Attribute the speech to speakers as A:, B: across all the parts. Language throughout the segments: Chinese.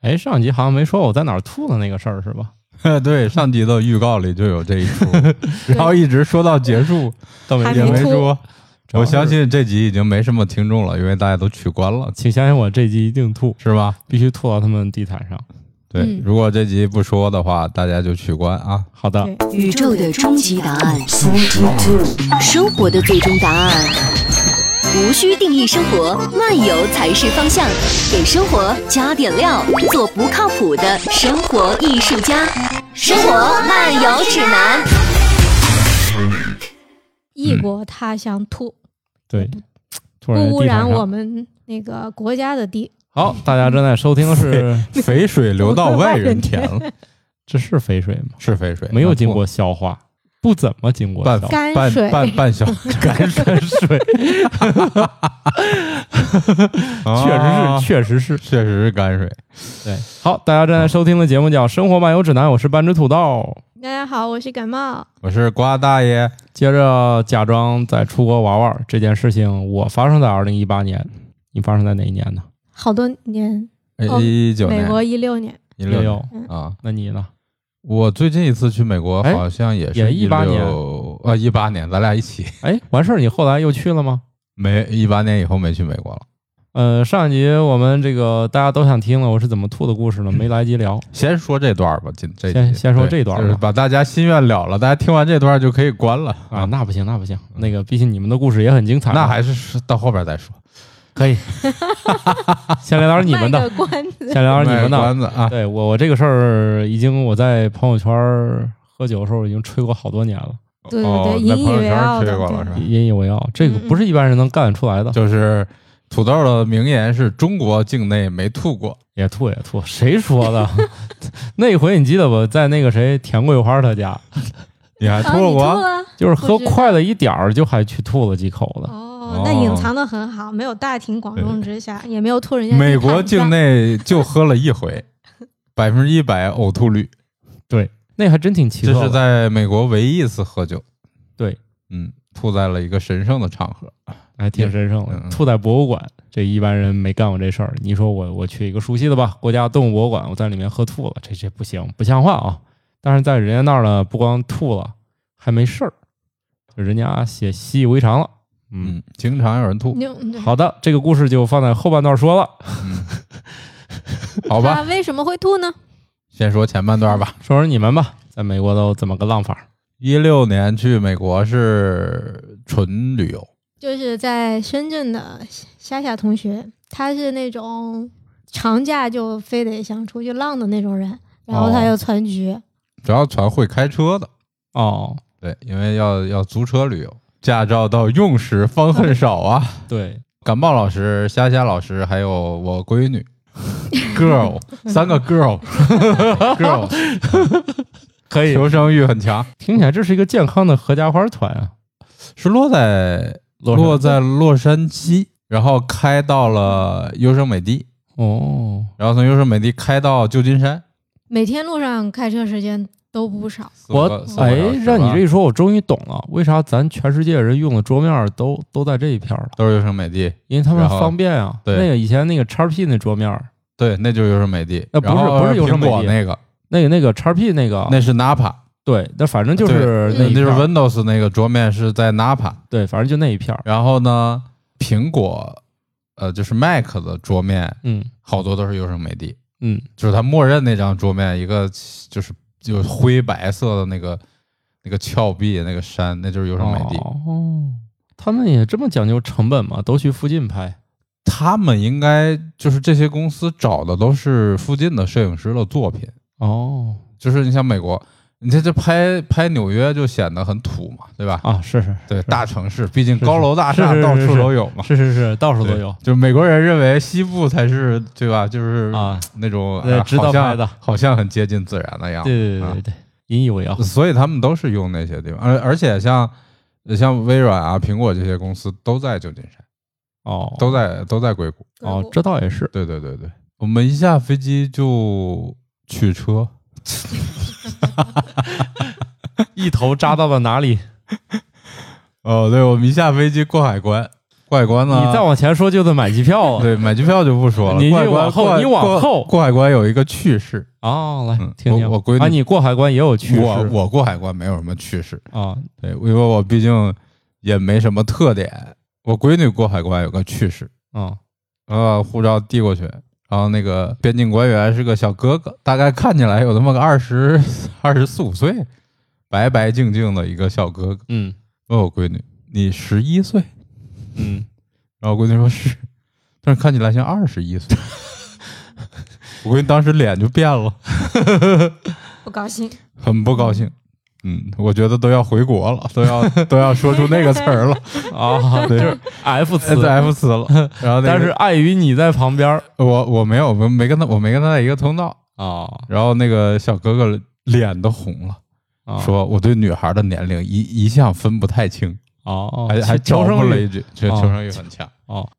A: 哎，上集好像没说我在哪儿吐的那个事儿是吧？
B: 对，上集的预告里就有这一 出，然后一直说到结束
A: 都没
B: 也
C: 还
A: 说
C: 没
B: 没
C: 出
B: 说。我相
A: 主要是
B: 信这集已经没什么听众了，因为大家都取关了，
A: 请相信我，这集一定吐，
B: 是吧？
A: 必须吐到他们地毯上。
B: 对，
C: 嗯
B: 如果这集不说的话，大家就取关 啊。
A: 好的，
D: 宇宙的终极答案，生活的最终答案。无需定义生活，漫游才是方向。给生活加点料，做不靠谱的生活艺术家。生活漫游指南。
C: 异国他乡吐，
A: 对，突然
C: 不污
A: 地毯
C: 染
A: 上
C: 我们那个国家的地。
A: 好，大家正在收听的是，
B: 肥水流到外人田了，
A: 这是肥水吗？
B: 是肥水，
A: 没有经过消化，不怎么经过
B: 半
A: 消 化。
C: 干
B: 半
C: 水
B: 半半小干水，
A: 水
B: 啊
A: 确实是，确实是。
B: 确实是泔水。
A: 对，好，大家正在收听的节目叫《生活漫游指南》，我是半只土豆。
C: 大家好，我是感冒。
B: 我是瓜大爷，
A: 接着假装在出国玩玩这件事情，我发生在二零一八年，你发生在哪一年呢？
C: 好多年，哦
B: 呃一九
C: 美
B: 年
C: 国一六年，
B: 一
A: 六
B: 六
A: 六，
B: 啊。
A: 那你呢？
B: 我最近一次去美国
A: 哎
B: 好像也是
A: 也
B: 16
A: 18年
B: 啊，一八年，咱俩一起
A: 哎，完事儿，你后来又去了吗？
B: 没一八年以后没去美国了。
A: 呃，上一集我们这个大家都想听了，我是怎么吐的故事呢？没来及聊。
B: 先说这段儿吧，今这
A: 先
B: 集
A: 先说
B: 对
A: 这段儿
B: 就是
A: 吧
B: 把大家心愿了了，大家听完这段儿就可以关了
A: 啊，。那不行，那不行，那个毕竟你们的故事也很精彩，
B: 那还是是到后边再说。
A: 可以。 先聊点你们
C: 卖
A: 的，
C: 个关子。
A: 先聊点你们的。
B: 卖关子啊，
A: 对我，我这个事儿已经我在朋友圈儿喝酒的时候已经吹过好多年了，
C: 对对啊
B: 哦
C: 对，
B: 在
C: 引以
B: 朋友
C: 为
B: 圈
C: 傲
B: 吹
C: 的，
B: 过了是吧
C: 对？
A: 引以为傲。这个
C: 嗯嗯
A: 不是一般人能干得出来的，
B: 就是土豆的名言是中国境内没吐过，
A: 也吐也吐。谁说的？ 那回你记得我在那个谁田桂花他家，
B: 你还
C: 啊
B: 吐
C: 你吐
B: 过？
C: 了。
A: 就是喝
C: 我知道
A: 快了一点儿，就还去吐了几口的。
C: 哦，那隐藏的很好，没有大庭广众之下，也没有吐人家地毯
B: 美
C: 子。
B: 国境内就喝了一回， 百分之一百呕吐率，
A: 那还真 挺奇特
B: 这
A: 的。
B: 是在美国唯一一次喝酒。
A: 对，
B: 嗯，吐在了一个神圣的场合。
A: 还挺神圣
B: 嗯
A: 的。吐在博物馆，这一般人没干过这事儿。你说我我去一个熟悉的吧，国家动物博物馆，我在里面喝吐了，这这不行，不像话啊！但是在人家那儿呢，不光吐了，还没事儿，就人家写习以为常了。嗯，
B: 嗯，经常有人吐，
C: 你就，嗯对
A: 好的，这个故事就放在后半段说了，
B: 好吧
C: 他，为什么会吐呢？
B: 先说前半段吧。
A: 说说你们吧，在美国都怎么个浪法儿？
B: 一六年去美国是纯旅游，
C: 就是在深圳的夏夏同学，他是那种长假就非得想出去浪的那种人，然后他
A: 哦
C: 就攒局，
B: 主要船会开车的，
A: 哦，
B: 对，因为要要租车旅游，驾照到用时方恨少啊。
A: 对，
B: 感冒老师、虾虾老师，还有我闺女 ，girl，三 个 girl，girl，
A: 可以，
B: 求生欲很强，
A: 听起来这是一个健康的合家欢儿团啊。
B: 是落在
A: 洛杉矶
B: 落在洛杉矶，然后开到了优胜美地，
A: 哦，
B: 然后从优胜美地开到旧金山。
C: 每天路上开车时间都不少。
B: 四五
A: 我
B: 个四五个
A: 哎
B: 小时，
A: 让你
B: 吧
A: 这一说，我终于懂了，为啥咱全世界人用的桌面儿都都在这一片儿了。
B: 都是优胜美地，
A: 因为他们
B: 然后
A: 方便啊。
B: 对
A: 那个以前那个叉 P 那桌面儿，
B: 对，那就是优胜美地，
A: 呃那不是
B: 然后
A: 不是优胜美地
B: 苹果那个，
A: 那个那个叉 P 那个，
B: 那是 Napa，
A: 对，那反正就是
B: 对
A: 那
B: 那
A: 一
B: 就是
A: 片儿
B: Windows 那个桌面是在 Napa，
A: 对，反正就那一片儿。
B: 然后呢，苹果呃就是 Mac 的桌面
A: 嗯
B: 好多都是优胜美地，
A: 嗯，
B: 就是它默认那张桌面一个就是有灰白色的那个那个峭壁那个山，那就是优胜美地。
A: 哦，他们也这么讲究成本吗？都去附近拍。
B: 他们应该就是这些公司找的都是附近的摄影师的作品，
A: 哦
B: 就是你像美国，你这这拍拍纽约就显得很土嘛，对吧？
A: 啊，是是
B: 对，大城市，毕竟
A: 是
B: 高楼大厦
A: 是是是
B: 到
A: 是
B: 处都有嘛。
A: 是是是，到处都
B: 对
A: 有。
B: 就美国人认为西部才是对吧？就是
A: 啊，
B: 那种
A: 对
B: 哎
A: 值得
B: 好像
A: 拍的
B: 好像很接近自然的样子。
A: 对对对对对，引以为傲。
B: 所以他们啊都是用那些地方，而而且像像微软啊、苹果这些公司都在旧金山，
A: 哦，
B: 都在都在硅谷。
A: 哦，这倒也 是。
B: 对对对对，我们一下飞机就取车，
A: 一头扎到了哪里？
B: 哦，对，我们一下飞机过海关，过海关呢？
A: 你再往前说就得买机票了。
B: 对买机票就不说了，
A: 你
B: 过海关
A: 往后
B: 过海
A: 你往
B: 过
A: 后
B: 过海关有一个趣事，
A: 哦，来
B: 嗯
A: 听听
B: 我我闺女
A: 啊，你过海关也有趣事
B: 我我过海关没有什么趣事，
A: 啊，
B: 对，因为我毕竟也没什么特点。我闺女过海关有个趣事，
A: 嗯
B: 呃，护照递过去，然后那个边境官员是个小哥哥，大概看起来有那么个二十 二十四五岁，白白净净的一个小哥哥。
A: 嗯
B: 问我闺女：“你十一岁
A: 嗯，？”
B: 然后我闺女说：“是。”但是看起来像二十一岁。 我闺女当时脸就变了，
C: 不高兴。
B: 很不高兴。嗯，我觉得都要回国了，都要都要说出那个词儿了，
A: 啊，
B: 对
A: 就是 F 词，
B: 在 F 词了。然后那个、
A: 但是碍于你在旁边儿
B: 我我没有，我没跟他，我没跟他在一个通道。
A: 啊，
B: 然后那个小哥哥脸都红了，
A: 啊
B: 说我对女孩的年龄一一向分不太清，
A: 哦，
B: 还还
A: 求
B: 招
A: 生
B: 了
A: 欲
B: 一句，这
A: 哦
B: 求生欲很强。
A: 哦，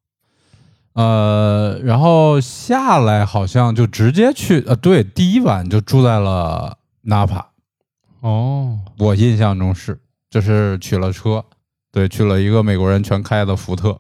B: 呃，然后下来好像就直接去，呃，对，第一晚就住在了纳帕，
A: 哦，
B: 我印象中是，就是取了车，对，去了一个美国人全开的福特，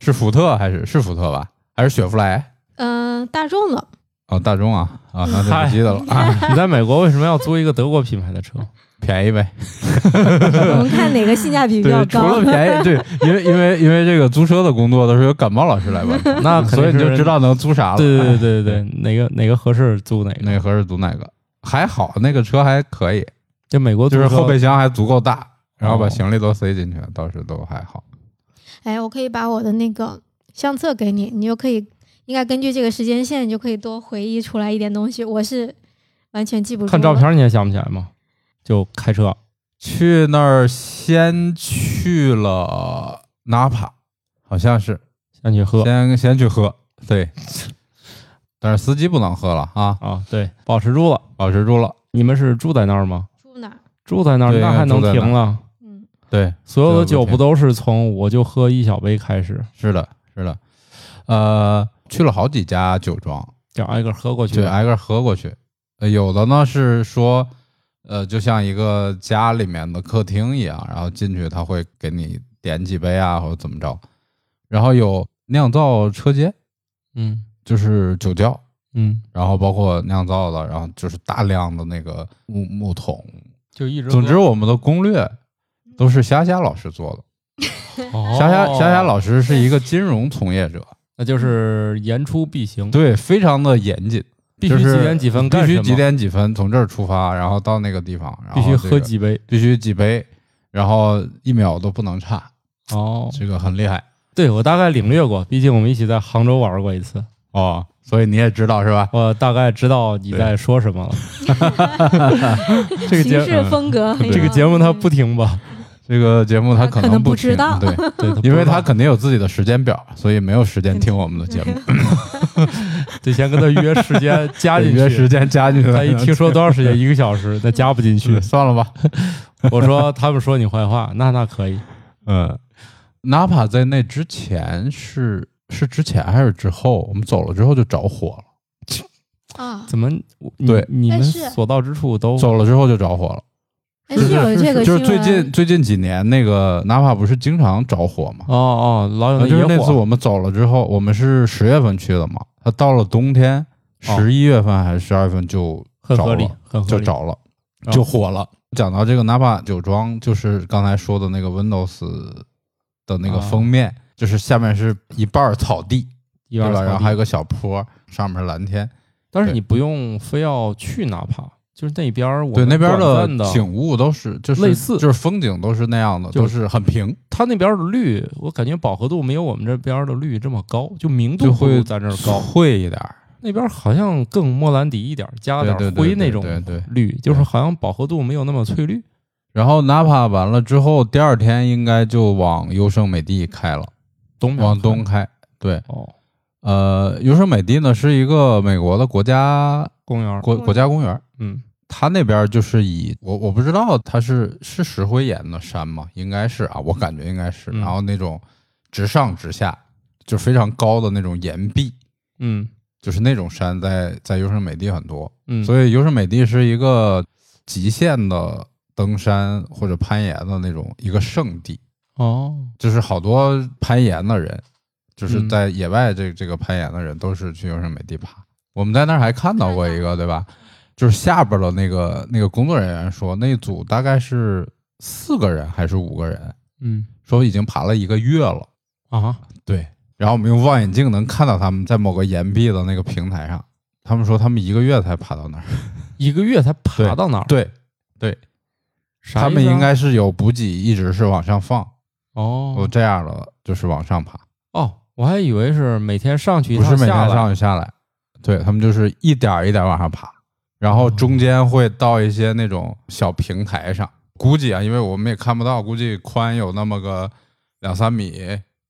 B: 是福特还是是福特吧？还是雪佛兰？
C: 嗯、大众了，
B: 哦，大众啊啊，那就
A: 嗨
B: 不记得了啊，
A: 你在美国为什么要租一个德国品牌 的车？
B: 便宜呗。
C: 我们看哪个性价比比较
B: 对，除
C: 高
B: 了。便 宜，对，因为因为因为这个租车的工作都是由感冒老师 来完成，
A: 那肯定
B: 所以你就是知道能租啥了。
A: 对对
B: 哎，
A: 对对对，哪个哪个合适租哪个。
B: 那合适租哪个？还好那个车还可以，
A: 就美国租
B: 就是
A: 车
B: 后备箱还足够大，然后把
A: 哦
B: 行李都塞进去，倒是都还好。
C: 哎，我可以把我的那个相册给你，你就可以应该根据这个时间线，你就可以多回忆出来一点东西。我是完全记不住。
A: 看照片，儿你也想不起来吗？就开车
B: 去那儿先去了纳帕，好像是
A: 先去喝
B: 先先去喝，对，但是司机不能喝了啊，
A: 啊，对，保持住了。
B: 保持住了。
A: 你们是住在那儿吗？
C: 住哪儿？
A: 住在那儿
B: 对
A: 那还能
B: 住在那儿
A: 停了？
C: 嗯，
B: 对，
A: 所有的
B: 对
A: 酒
B: 我
A: 不
B: 天
A: 都是从我就喝一小杯开始，
B: 是的，是的，呃，去了好几家酒庄，
A: 就挨个喝过去
B: 对，
A: 吧？
B: 挨个喝过去。呃，有的呢是说，呃，就像一个家里面的客厅一样，然后进去他会给你点几杯啊，或者怎么着。然后有酿造车间，
A: 嗯
B: 就是酒窖，
A: 嗯，
B: 然后包括酿造的，然后就是大量的那个木木桶。
A: 就一直
B: 总之，我们的攻略都是霞霞老师做的。霞霞霞霞老师是一个金融从业者，
A: 哦那就是言出必行，
B: 对，非常的严谨。
A: 必须
B: 就
A: 几
B: 是
A: 点几分
B: 必
A: 干什
B: 须
A: 么，哦
B: 几点几分从这儿出发，然后到那个地方，然后
A: 必须
B: 这
A: 喝
B: 个
A: 几杯
B: 必须几杯，然后一秒都不能差，
A: 哦。
B: 这个很厉害
A: 对我大概领略过，毕竟我们一起在杭州玩过一次，
B: 哦。所以你也知道是吧？
A: 我大概知道你在说什么了。这个节
C: 行事风格很有。嗯
A: 这个节目它不停吧？
B: 这个节目他
C: 哎可
B: 能
C: 能
B: 不
C: 不知
B: 听
C: 道
B: 对，
A: 对， 不
B: 因为
A: 知道
B: 他肯定有自己的时间表，所以没有时间听我们的 节目，
A: 得先跟他约时间加进去，
B: 约时间加进去。
A: 他一听说多长时间，一个小时，那加不进去
B: 嗯，。算了吧。
A: 我说他们说你坏话，那那可以。
B: 嗯，Napa 在那之前是是之前还是之后？我们走了之后就着火了，
C: 啊，
A: 怎么你
B: 对
A: 你们
C: 但是
A: 所到之处都
B: 走了之后就着火了。
C: 哎，是有这 个
B: 就
C: 新
B: 是
C: 闻。
B: 最
C: 啊
B: 近最近几年那个 Napa 不是经常着火吗？
A: 哦哦，老有
B: 啊就是
A: 野
B: 那次
A: 火
B: 我们走了之后，我们是十月份去的嘛，它到了冬天，
A: 哦
B: 十一月份还是十二月份就
A: 很合
B: 着
A: 理
B: 了，，
A: 很合
B: 就
A: 理。
B: 着了，
A: 哦
B: 就火了。讲到这个 Napa 酒庄，就是刚才说的那个 Windows 的那个
A: 啊
B: 封面，就是下面是一半儿草地，
A: 一
B: 对
A: 二
B: 吧？
A: 三
B: 然后还有
A: 四
B: 个小坡，上面是蓝天。
A: 但是
B: 对
A: 你不用非要去哪怕，就是那边儿我
B: 对，
A: 们
B: 那边
A: 短
B: 的
A: 暂的
B: 景物都是就是
A: 类似
B: 就是风景都是那样的，
A: 就
B: 都是很平，
A: 它那边的绿，我感觉饱和度没有我们这边的绿这么高，就明度
B: 就
A: 不如
B: 会
A: 咱这儿高。
B: 会一点儿。
A: 那边好像更莫兰迪一点儿，加点
B: 对
A: 儿
B: 对
A: 灰
B: 对
A: 那
B: 对
A: 种
B: 对对
A: 绿，就是好像饱和度没有那么翠绿。
B: 然后 Napa 完了之后，第二天应该就往优胜美地开了，
A: 东边
B: 往
A: 看
B: 东开。对，
A: 哦，
B: 呃，优胜美地呢是一个美国的国家
A: 公园儿
B: 国国家公园，
A: 嗯
B: 它那边就是以我我不知道它是是石灰岩的山吗？应该是啊，我感觉应该是。
A: 嗯
B: 然后那种直上直下，就非常高的那种岩壁，
A: 嗯
B: 就是那种山在在优胜美地很多，
A: 嗯，以
B: 所以优胜美地是一个极限的登山或者攀岩的那种一个圣地。
A: 哦，
B: 就是好多攀岩的人，就是
A: 嗯
B: 在野外这这个攀岩的人，都是去优胜美地爬。我们在那儿还看到过一个，对吧？就是下边的那个那个工作人员说，那组大概是四个人还是五个人，
A: 嗯
B: 说已经爬了一个月了。
A: 啊，
B: 对，然后我们用望远镜能看到他们在某个岩壁的那个平台上，他们说他们一个月才爬到那儿。
A: 一个月才爬
B: 对
A: 到那儿，
B: 对
A: 啥意思啊，
B: 他们应该是有补给，一直是往上放，
A: 哦
B: 我这样了就是往上爬。
A: 哦，我还以为是每天上去一
B: 不是
A: 趟
B: 每
A: 下
B: 天
A: 来，
B: 上去下来，对他们就是一点儿一点儿往上爬，然
A: 哦
B: 后中间会到一些那种小平台上，估计啊，因为我们也看不到，估计宽有那么个两三米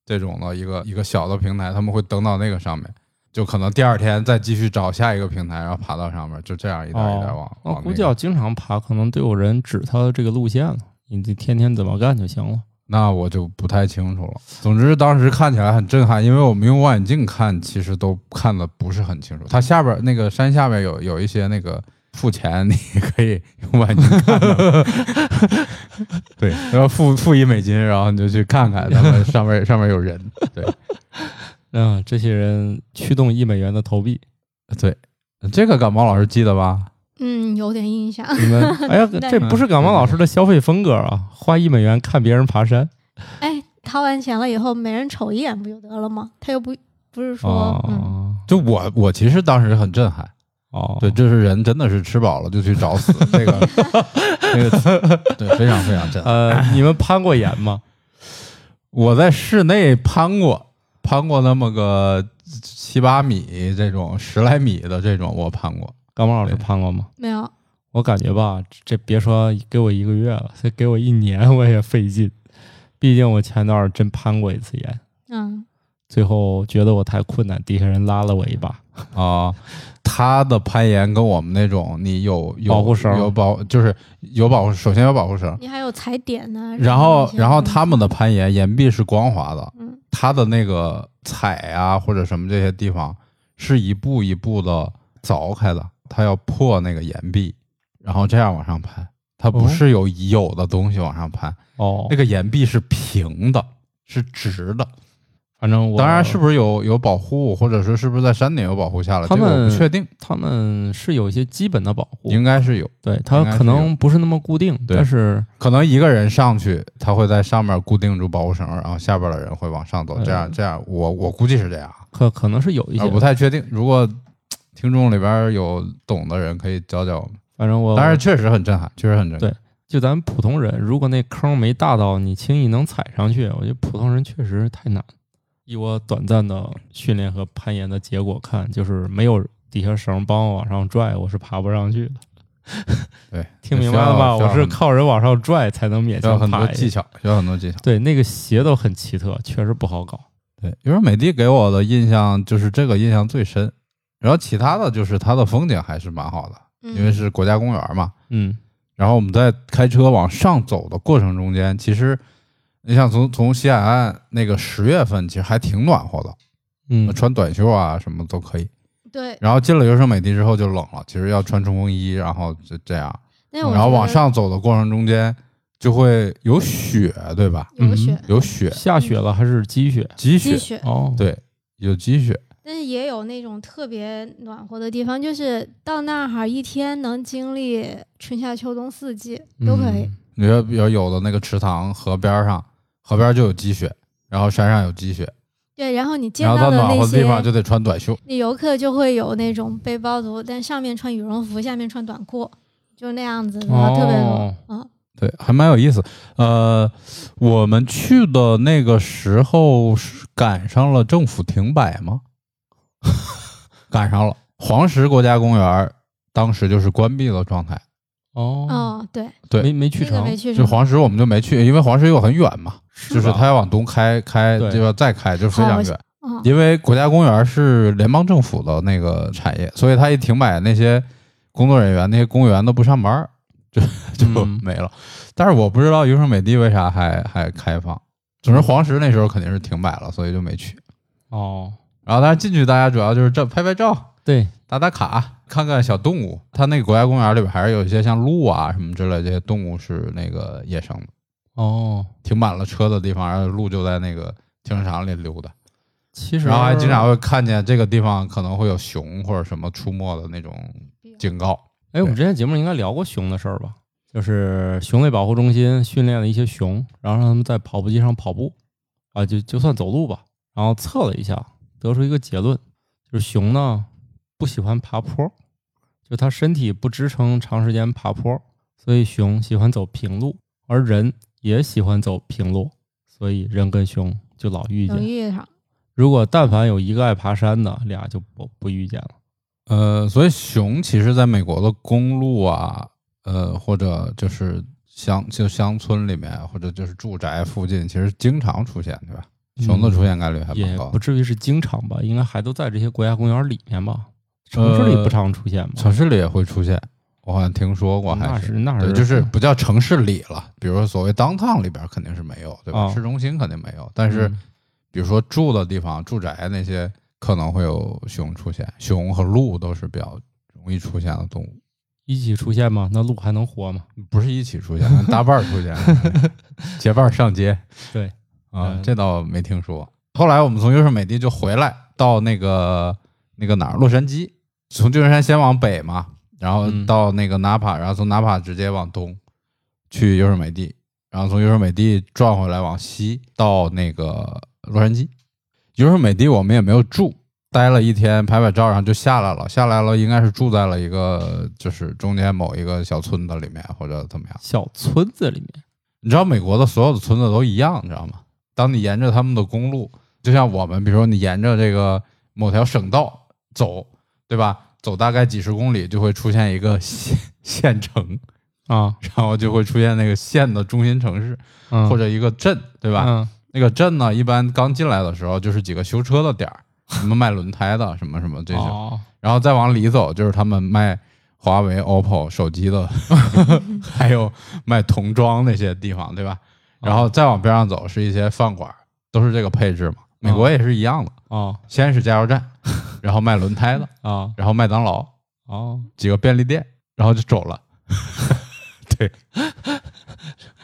B: 这种的一个一个小的平台，他们会登到那个上面，就可能第二天再继续找下一个平台，然后爬到上面，就这样一点儿一点儿往
A: 哦，那
B: 往
A: 估
B: 那
A: 计要
B: 个。
A: 经常爬，可能都有人指他的这个路线了。你这天天怎么干就行了。
B: 那我就不太清楚了。总之当时看起来很震撼，因为我们用望远镜看，其实都看的不是很清楚。它下边儿那个山下边有有一些那个付钱，你可以用望远镜看的。 对，然后付付一美金，然后你就去看看他们上面上面有人。对
A: 嗯，这些人驱动一美元的投币，
B: 对，这个感冒老师记得吧？
C: 嗯，有点印象。
A: 你 们哎呀，
C: 那
A: 这不是感冒老师的消费风格啊！花一美元看别人爬山，
C: 哎，掏完钱了以后，每人瞅一眼不就得了吗？他又不不是说、嗯，
A: 哦
B: 就我我其实当时很震撼，
A: 哦，
B: 对，这是人真的是吃饱了就去找死，这个这个对非常非常震撼。
A: 呃，你们攀过岩 吗？
B: 我在室内攀过，攀过那么个七八米这种十来米的这种，我攀过。
A: 感冒老师攀过吗？
C: 没有，
A: 我感觉吧，这别说给我一个月了，这给我一年我也费劲。毕竟我前段儿真攀过一次岩，
C: 嗯，
A: 最后觉得我太困难，底下人拉了我一把。
B: 啊，他的攀岩跟我们那种，你有有
A: 保护绳
B: 有保就是有保护，首先有保护绳，
C: 你还有踩点呢、
B: 然后
C: 什么那些啊
B: 然后他们的攀岩岩壁是光滑的，
C: 嗯
B: 他的那个踩啊或者什么这些地方是一步一步的凿开的，他要破那个岩壁，然后这样往上攀，他不
A: 哦
B: 是有有的东西往上攀。
A: 哦
B: 那，个岩壁是平的，是直的。
A: 反正我
B: 当然，是不是有有保护，或者说是不是在山顶有保护下来，
A: 他
B: 这个我
A: 们
B: 不确定，
A: 他们是有一些基本的保护，
B: 应该是有。
A: 对
B: 应
A: 它
B: 该是
A: 可能不是那么固定，
B: 对
A: 但是
B: 可能一个人上去，他会在上面固定住保护绳，然后下边的人会往上走。
A: 嗯
B: 这样，这样，我我估计是这样，
A: 可可能是有一
B: 啊，
A: 些
B: 不，太确定。如果嘖听众里边有懂的人，可以教教我们。
A: 反正我
B: 当然，确实很震撼，确实很震撼。
A: 哦对就咱普通人，如果那坑没大到你轻易能踩上去，我觉得普通人确实太难。以我短暂的训练和攀岩的结果看，就是没有底下绳帮我往上拽，我是爬不上去的。
B: 对，
A: 听明白了吧？
B: 需要
A: 我是靠人往上拽才能勉
B: 需要
A: 强
B: 很
A: 爬
B: 多
A: 一
B: 技巧，需要很 多技巧。
A: 对，那个鞋都很奇特，确实不好搞。
B: 对，因为美的给我的印象就是这个印象最深，然后其他的就是它的风景还是蛮好的，
C: 嗯
B: 因为是国家公园嘛。
A: 嗯，
B: 然后我们在开车往上走的过程中间，其实你想从从西海岸那个十月份，其实还挺暖和的，
A: 嗯，
B: 穿短袖啊什么都可以。
C: 对，
B: 然后进了优胜美地之后就冷了，其实要穿冲锋衣，然后就这样。
C: 那
B: 嗯
C: 我
B: 然后
C: 觉
B: 往
C: 得
B: 上走的过程中间就会有雪，对吧？
C: 有雪、
B: 有雪，
A: 下雪了还是积雪？
B: 积
C: 积
B: 雪，
C: 雪，
A: 哦，
B: 对，有积雪。
C: 但是也有那种特别暖和的地方，就是到那儿哈一天能经历春夏秋冬四季都可以。
A: 嗯
B: 你说比如有的那个池塘河边儿上，河边儿就有积雪，然后山上有积雪，
C: 对，然后你见
B: 然后它
C: 到的
B: 暖
C: 那
B: 和的
C: 些
B: 地方就得穿短袖。
C: 那游客就会有那种背包族，但上面穿羽绒服，下面穿短裤，就那样子的，
A: 哦
C: 嗯特别多。嗯，
B: 对，还蛮有意思。呃，我们去的那个时候是赶上了政府停摆吗？赶上了，黄石国家公园儿当时就是关闭的状态。
A: 哦，
C: 哦，对，
B: 对
A: 没没去
C: 那个
A: 成，
C: 没去
B: 就
C: 成，
B: 黄石我们就没去，因为黄石又很远嘛，就是
A: 吧
B: 它要往东开，开
A: 对
B: 就要再开，就非
C: 好
B: 常
C: 我
B: 远。
C: 嗯，
B: 因为国家公园是联邦政府的那个产业，所以他一停摆，那些工作人员、那些公务员都不上班儿，就 就
A: 嗯
B: 没了。但是我不知道优胜美地为啥还还开放。总之，黄石那时候肯定是停摆了，所以就没去。
A: 哦，
B: 然后，但是进去大家主要就是照拍拍照、
A: 对，
B: 打打卡、看看小动物。它那个国家公园里边还是有一些像鹿啊什么之类的这些动物是那个野生的。
A: 哦，
B: 停满了车的地方，然后鹿就在那个停车场里溜达，
A: 其实
B: 然后还经常会看见这个地方可能会有熊或者什么出没的那种警告。
A: 哎，我们之前节目应该聊过熊的事儿吧？就是熊类保护中心训练了一些熊，然后让他们在跑步机上跑步，啊，就就算走路吧。然后测了一下，得出一个结论，就是熊呢不喜欢爬坡，就它身体不支撑长时间爬坡，所以熊喜欢走平路，而人也喜欢走平路，所以人跟熊就老遇
C: 能
A: 见。
C: 遇上
A: 如果但凡有一个爱爬山的，俩就不不遇见了。
B: 呃，所以熊其实在美国的公路啊，呃，或者就是乡就乡村里面，或者就是住宅附近，其实经常出现，对吧？熊的出现概率还蛮
A: 也
B: 高
A: 不
B: 的。
A: 至于是经常吧，应该还都在这些国家公园里面吧。城市里
B: 呃
A: 不常出现吧？
B: 城市里也会出现，我好像听说过，还
A: 那是那
B: 对，
A: 是嗯
B: 就是不叫城市里了。比如说所谓 downtown 里边肯定是没有，对吧？
A: 哦
B: 市中心肯定没有，但是
A: 嗯
B: 比如说住的地方、住宅那些可能会有熊出现，熊和鹿都是比较容易出现的动物，
A: 一起出现吗？那鹿还能活吗？
B: 不是一起出现，搭伴儿出现， 结伴儿上街。
A: 对
B: 啊
A: 嗯，
B: 这倒没听说。后来我们从优胜美地就回来到那个那个哪儿，洛杉矶，从旧金山先往北嘛，然后
A: 嗯
B: 到那个纳帕，然后从纳帕直接往东去优胜美地，然后从优胜美地转回来往西到那个洛杉矶。优胜美地我们也没有住，待了一天拍拍照，然后就下来了。下来了应该是住在了一个就是中间某一个小村子里面或者怎么样。
A: 小村子里面，
B: 你知道美国的所有的村子都一样，你知道吗？当你沿着他们的公路，就像我们，比如说你沿着这个某条省道走，对吧？走大概几十公里就会出现一个县县城，
A: 啊，
B: 然后就会出现那个县的中心城市
A: 嗯、
B: 或者一个镇，对
A: 是
B: 吧？那个镇呢，一般刚进来的时候就是几个修车的点儿，什么卖轮胎的，什么什么这种。
A: 哦，
B: 然后再往里走，就是他们卖华为、OPPO 手机的， 还有卖童装那些地方，对吧？然后再往边上走是一些饭馆，都是这个配置嘛。美
A: 嗯
B: 国也是一样的，
A: 哦
B: 先是加油站，然后卖轮胎的，
A: 哦
B: 然后麦当劳
A: 哦，
B: 几个便利店，然后就走了。 对，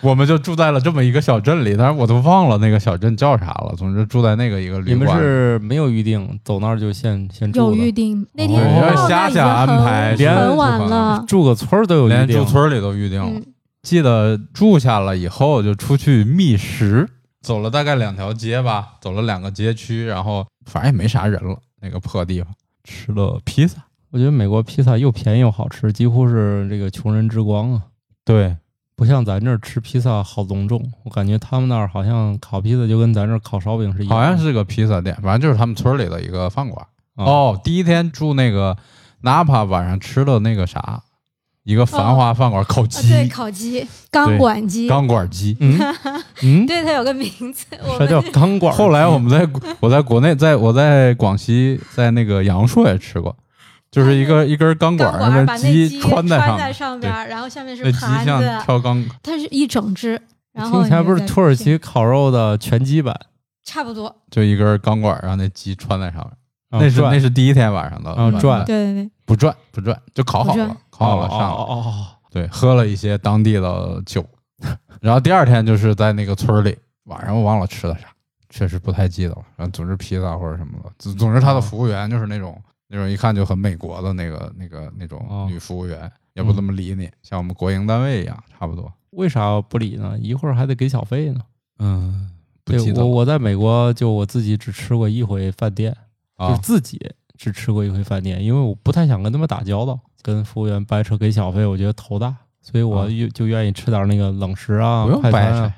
B: 我们就住在了这么一个小镇里，但是我都忘了那个小镇叫啥了。总之住在那个一个
A: 你
B: 旅
A: 们
B: 馆里。
A: 是没有预定，走那儿就先先住
C: 有
A: 了
C: 预定那
B: 对
C: 天
A: 有
C: 到
A: 点
B: 瞎
C: 那已经
B: 想安
C: 很
B: 排
A: 连
C: 很晚
B: 住房
C: 了，
A: 住个村儿都有预
B: 连
A: 定，
B: 住村儿里都预定了。
C: 嗯，
B: 记得住下了以后就出去觅食，走了大概两条街吧，走了两个街区，然后反正也没啥人了，那个破地方吃了披萨。
A: 我觉得美国披萨又便宜又好吃，几乎是这个穷人之光啊。
B: 对，
A: 不像咱这儿吃披萨好隆重，我感觉他们那儿好像烤披萨就跟咱这儿烤烧饼是一样的，
B: 好像是个披萨店，反正就是他们村里的一个饭馆。
A: 啊
B: 哦，第一天住那个 Napa，晚上吃了那个啥，一个繁华饭馆烤
C: 啊对，
B: 鸡，
C: 烤鸡、钢管鸡，
B: 钢管鸡。
A: 嗯嗯，
C: 对它有个名字，我
A: 啥
C: 们
A: 叫钢管儿？
B: 后来我们在我在国内，在我在广西，在那个阳朔也吃过，就是一个一根钢管
C: 哦钢
B: 儿，
C: 管儿把那
B: 鸡穿
C: 穿
B: 在上
C: 在
B: 面，
C: 上边儿，然后下面是
B: 那鸡
C: 盘
B: 像
C: 子，
B: 挑钢，
C: 它是一整只，然后
A: 听起来
C: 你
A: 不是
C: 再
A: 土耳
C: 切
A: 其烤肉的拳击版，
C: 差不多，
B: 就一根钢管儿让那鸡穿在上面。
A: 啊
B: 哦那是
A: 转
B: 那是第一天晚上的
A: 啊
B: 晚
A: 转
B: 饭
C: 对对对，
B: 不转不转就烤好
C: 不
B: 了
C: 转，
B: 烤好了
A: 哦
B: 上了。
A: 哦哦哦，
B: 对，喝了一些当地的酒， 然后第二天就是在那个村儿里，晚上我忘了吃的啥，确实不太记得了。然后总之披萨或者什么的，总总之
A: 哦
B: 他的服务员就是那种那种一看就很美国的那个那个那
A: 哦
B: 种女服务员，也不怎么理你，像我们国营单位一样，差不多。
A: 为啥不理呢？一会儿还得给小费呢。
B: 嗯，不
A: 对
B: 记
A: 我
B: 得了
A: 我在美国就我自己只吃过一回饭店，就
B: 啊
A: 是自己只吃过一回饭店，因为我不太想跟他们打交道，跟服务员掰扯给小费，我觉得头大，所以我
B: 啊
A: 就就愿意吃点那个冷食啊，
B: 不用
A: 快
B: 掰
A: 餐啊
B: 扯，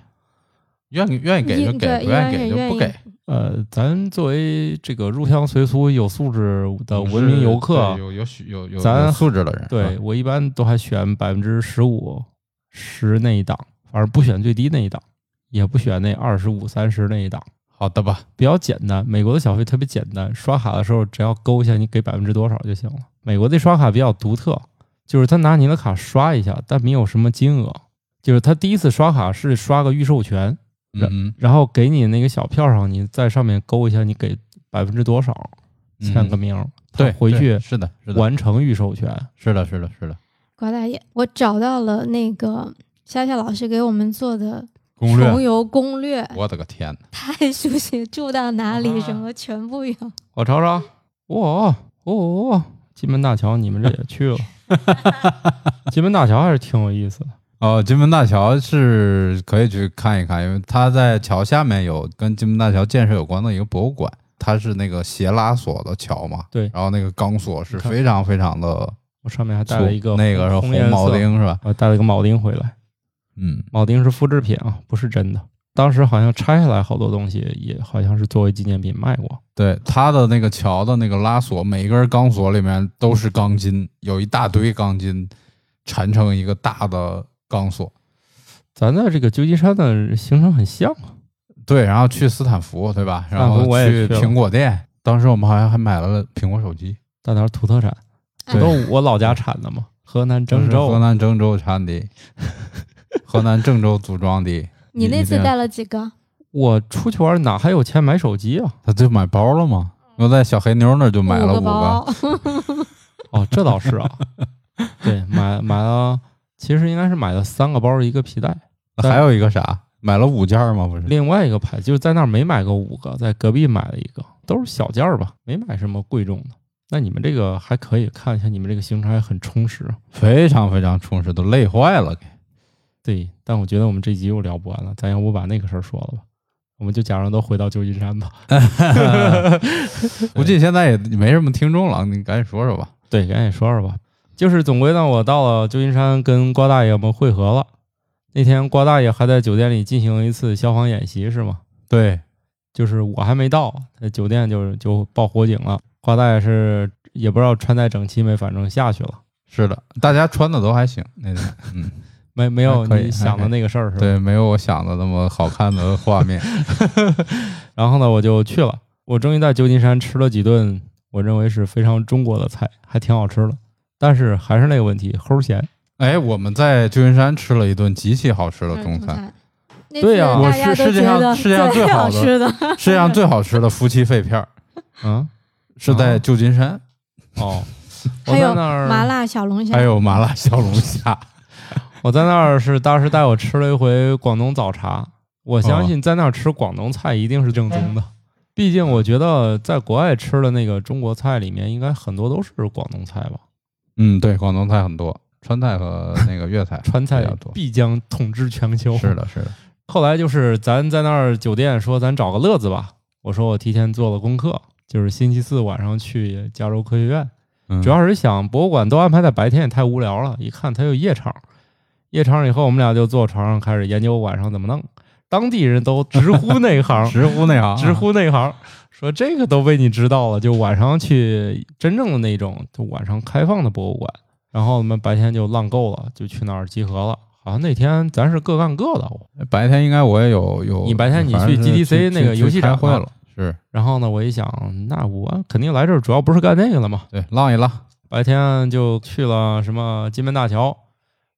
B: 愿意愿意给就
C: 你
B: 给，
C: 对
B: 不愿意
C: 愿
B: 给
C: 意愿
B: 就不
C: 意
B: 给。
A: 呃，咱作为这个入乡随俗、有素质的文明游客，
B: 对有有许有有
A: 咱
B: 有啊素质的人，啊
A: 对我一般都还选百分之十五、十那一档，反正不选最低那一档，也不选那二十五、三十那一档，
B: 好的吧？
A: 比较简单。美国的小费特别简单，刷卡的时候只要勾一下你给百分之多少就行了。美国的刷卡比较独特，就是他拿你的卡刷一下，但没有什么金额，就是他第一次刷卡是刷个预授权，
B: 嗯，
A: 然后给你那个小票上，你在上面勾一下你给百分之多少，
B: 嗯
A: 签个名儿，他
B: 对，
A: 回
B: 对
A: 去
B: 是的，是的，
A: 完成预授权。
B: 是的，是的，是的，
C: 瓜大爷，我找到了那个夏夏老师给我们做的
B: 攻略，
C: 穷游攻略，
B: 我的个天呐，
C: 太熟悉，住到哪里什么全部有。
A: 我瞅瞅，哇哦哦哦，金门大桥你们这也去了，金门大桥还是挺有意思的。
B: 哦，金门大桥是可以去看一看，因为它在桥下面有跟金门大桥建设有关的一个博物馆，它是那个斜拉锁的桥嘛，
A: 对
B: 然后那个钢索是
A: 你看
B: 非常非常的
A: 我上面还
B: 粗
A: 带了一个
B: 那个是
A: 红
B: 红
A: 颜
B: 铆
A: 色，
B: 钉是吧？
A: 我带了一个铆钉回来，
B: 嗯，
A: 铆钉是复制品啊，不是真的。当时好像拆下来好多东西，也好像是作为纪念品卖过。
B: 对，它的那个桥的那个拉索，每一根钢索里面都是钢筋，有一大堆钢筋缠成一个大的钢索。
A: 咱的这个旧金山的行程很像啊，
B: 对，然后去斯坦福，对吧？然后
A: 斯坦福我也去了
B: 苹果店，当时我们好像还买了苹果手机，
A: 大点土特产，
C: 嗯
B: 对
A: 都我老家产的嘛，河南
B: 这
A: 郑
B: 是河
A: 州。
B: 南郑州产的， 河南郑州组装的。
C: 你那次
B: 这样
C: 带了几个？
A: 我出去玩哪还有钱买手机啊？
B: 他就买包了吗？我在小黑妞那儿就买了
C: 嗯个
B: 五个
C: 包，
A: 哦，这倒是啊，对，买买了，其实应该是买了三个包一个皮带，
B: 还有一个啥？买了五件吗？不是？
A: 另外一个牌就是在那儿没买过五个，在隔壁买了一个，都是小件儿吧，没买什么贵重的。那你们这个还可以看一下，你们这个行程还很充实。
B: 非常非常充实，都累坏了。
A: 对，但我觉得我们这集又聊不完了，咱要不把那个事儿说了吧？我们就假装都回到旧金山吧。
B: 估计现在也没什么听众了，你赶紧说说吧。
A: 对，赶紧说说吧。就是总归呢，我到了旧金山跟瓜大爷我们会合了。那天瓜大爷还在酒店里进行一次消防演习，是吗？
B: 对，
A: 就是我还没到，那酒店就就报火警了。瓜大爷是也不知道穿戴整齐没，反正下去了，
B: 是的，大家穿的都还行，那天，嗯，
A: 没没有
B: 还可以
A: 你想的那个事儿是吧？
B: 对，没有我想的那么好看的画面。
A: 然后呢，我就去了。我终于在旧金山吃了几顿我认为是非常中国的菜，还挺好吃的。但是还是那个问题，齁咸。
B: 哎，我们在旧金山吃了一顿极其好吃的中餐，
C: 餐。那
A: 对呀
C: 次大家
B: 我是
C: 都
B: 世界
C: 觉
B: 上
C: 得
B: 世界上最好
C: 好
B: 的
C: 吃的。
B: 世界上最好吃的夫妻肺片儿
A: 嗯，
B: 是在旧金山，
A: 哦，我
C: 还
A: 在
C: 有
A: 那儿
C: 麻辣小龙虾，
B: 还有麻辣小龙虾。
A: 我在那儿是当时带我吃了一回广东早茶，
B: 哦
A: 我相信在那儿吃广东菜一定是正宗的，
B: 嗯
A: 毕竟我觉得在国外吃的那个中国菜里面，应该很多都是广东菜吧，，
B: 嗯，对，广东菜很多，川菜和那个粤菜
A: 川菜
B: 比较多
A: 必将统治全球。
B: 是的，是的，
A: 后来就是咱在那儿酒店说咱找个乐子吧，我说我提前做了功课，就是星期四晚上去加州科学院，
B: 嗯
A: 主要是想博物馆都安排在白天也太无聊了，一看它有夜场，夜场以后我们俩就坐床上开始研究晚上怎么弄。当地人都直呼那一行，
B: 直呼那行，
A: 直呼那一行，说这个都被你知道了，就晚上去真正的那种就晚上开放的博物馆，然后我们白天就浪够了，就去那儿集合了。好像那天咱是各干各的，
B: 白天应该我也有有，
A: 你白天你
B: 反
A: 去
B: 正是
A: GDC
B: 去
A: 那个
B: 去
A: 游戏
B: 开
A: 展
B: 会
A: 嘛
B: 了，是
A: 然后呢，我一想，那我肯定来这儿主要不是干那个的嘛，
B: 对，浪一浪，
A: 白天就去了什么金门大桥，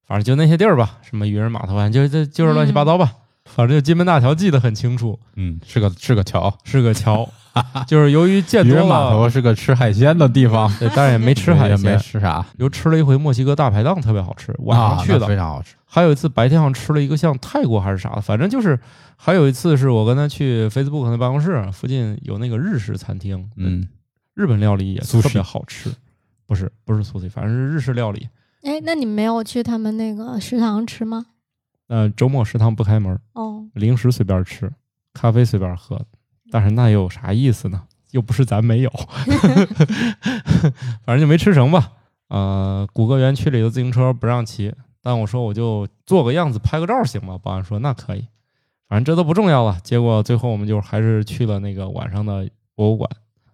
A: 反正就那些地儿吧，什么渔人码头啊，就就就是乱七八糟吧。反正就金门大桥记得很清楚，
B: 嗯，是个是个桥，
A: 是个桥， 就是由于见
B: 渔
A: 多
B: 人
A: 了，
B: 码头是个吃海鲜的地方，
A: 对，但是也没吃海
B: 也
A: 鲜，
B: 没吃啥，
A: 又吃了一回墨西哥大排档，特别好吃，晚上
B: 啊
A: 去
B: 那
A: 的。
B: 非常好吃。
A: 还有一次白天上吃了一个像泰国还是啥的，反正就是还有一次是我跟他去 Facebook 的办公室附近有那个日式餐厅，，
B: 嗯，
A: 日本料理也
B: Sushi
A: 特别好吃，不是不是 sushi，反正是日式料理。
C: 哎，那你没有去他们那个食堂吃吗？
A: 呃，周末食堂不开门，
C: 哦，
A: 零食随便吃，咖啡随便喝，但是那又有啥意思呢？又不是咱没有，反正就没吃成吧。呃，谷歌园区里的自行车不让骑，但我说我就做个样子拍个照行吗？保安说那可以，反正这都不重要了。结果最后我们就还是去了那个晚上的博物馆。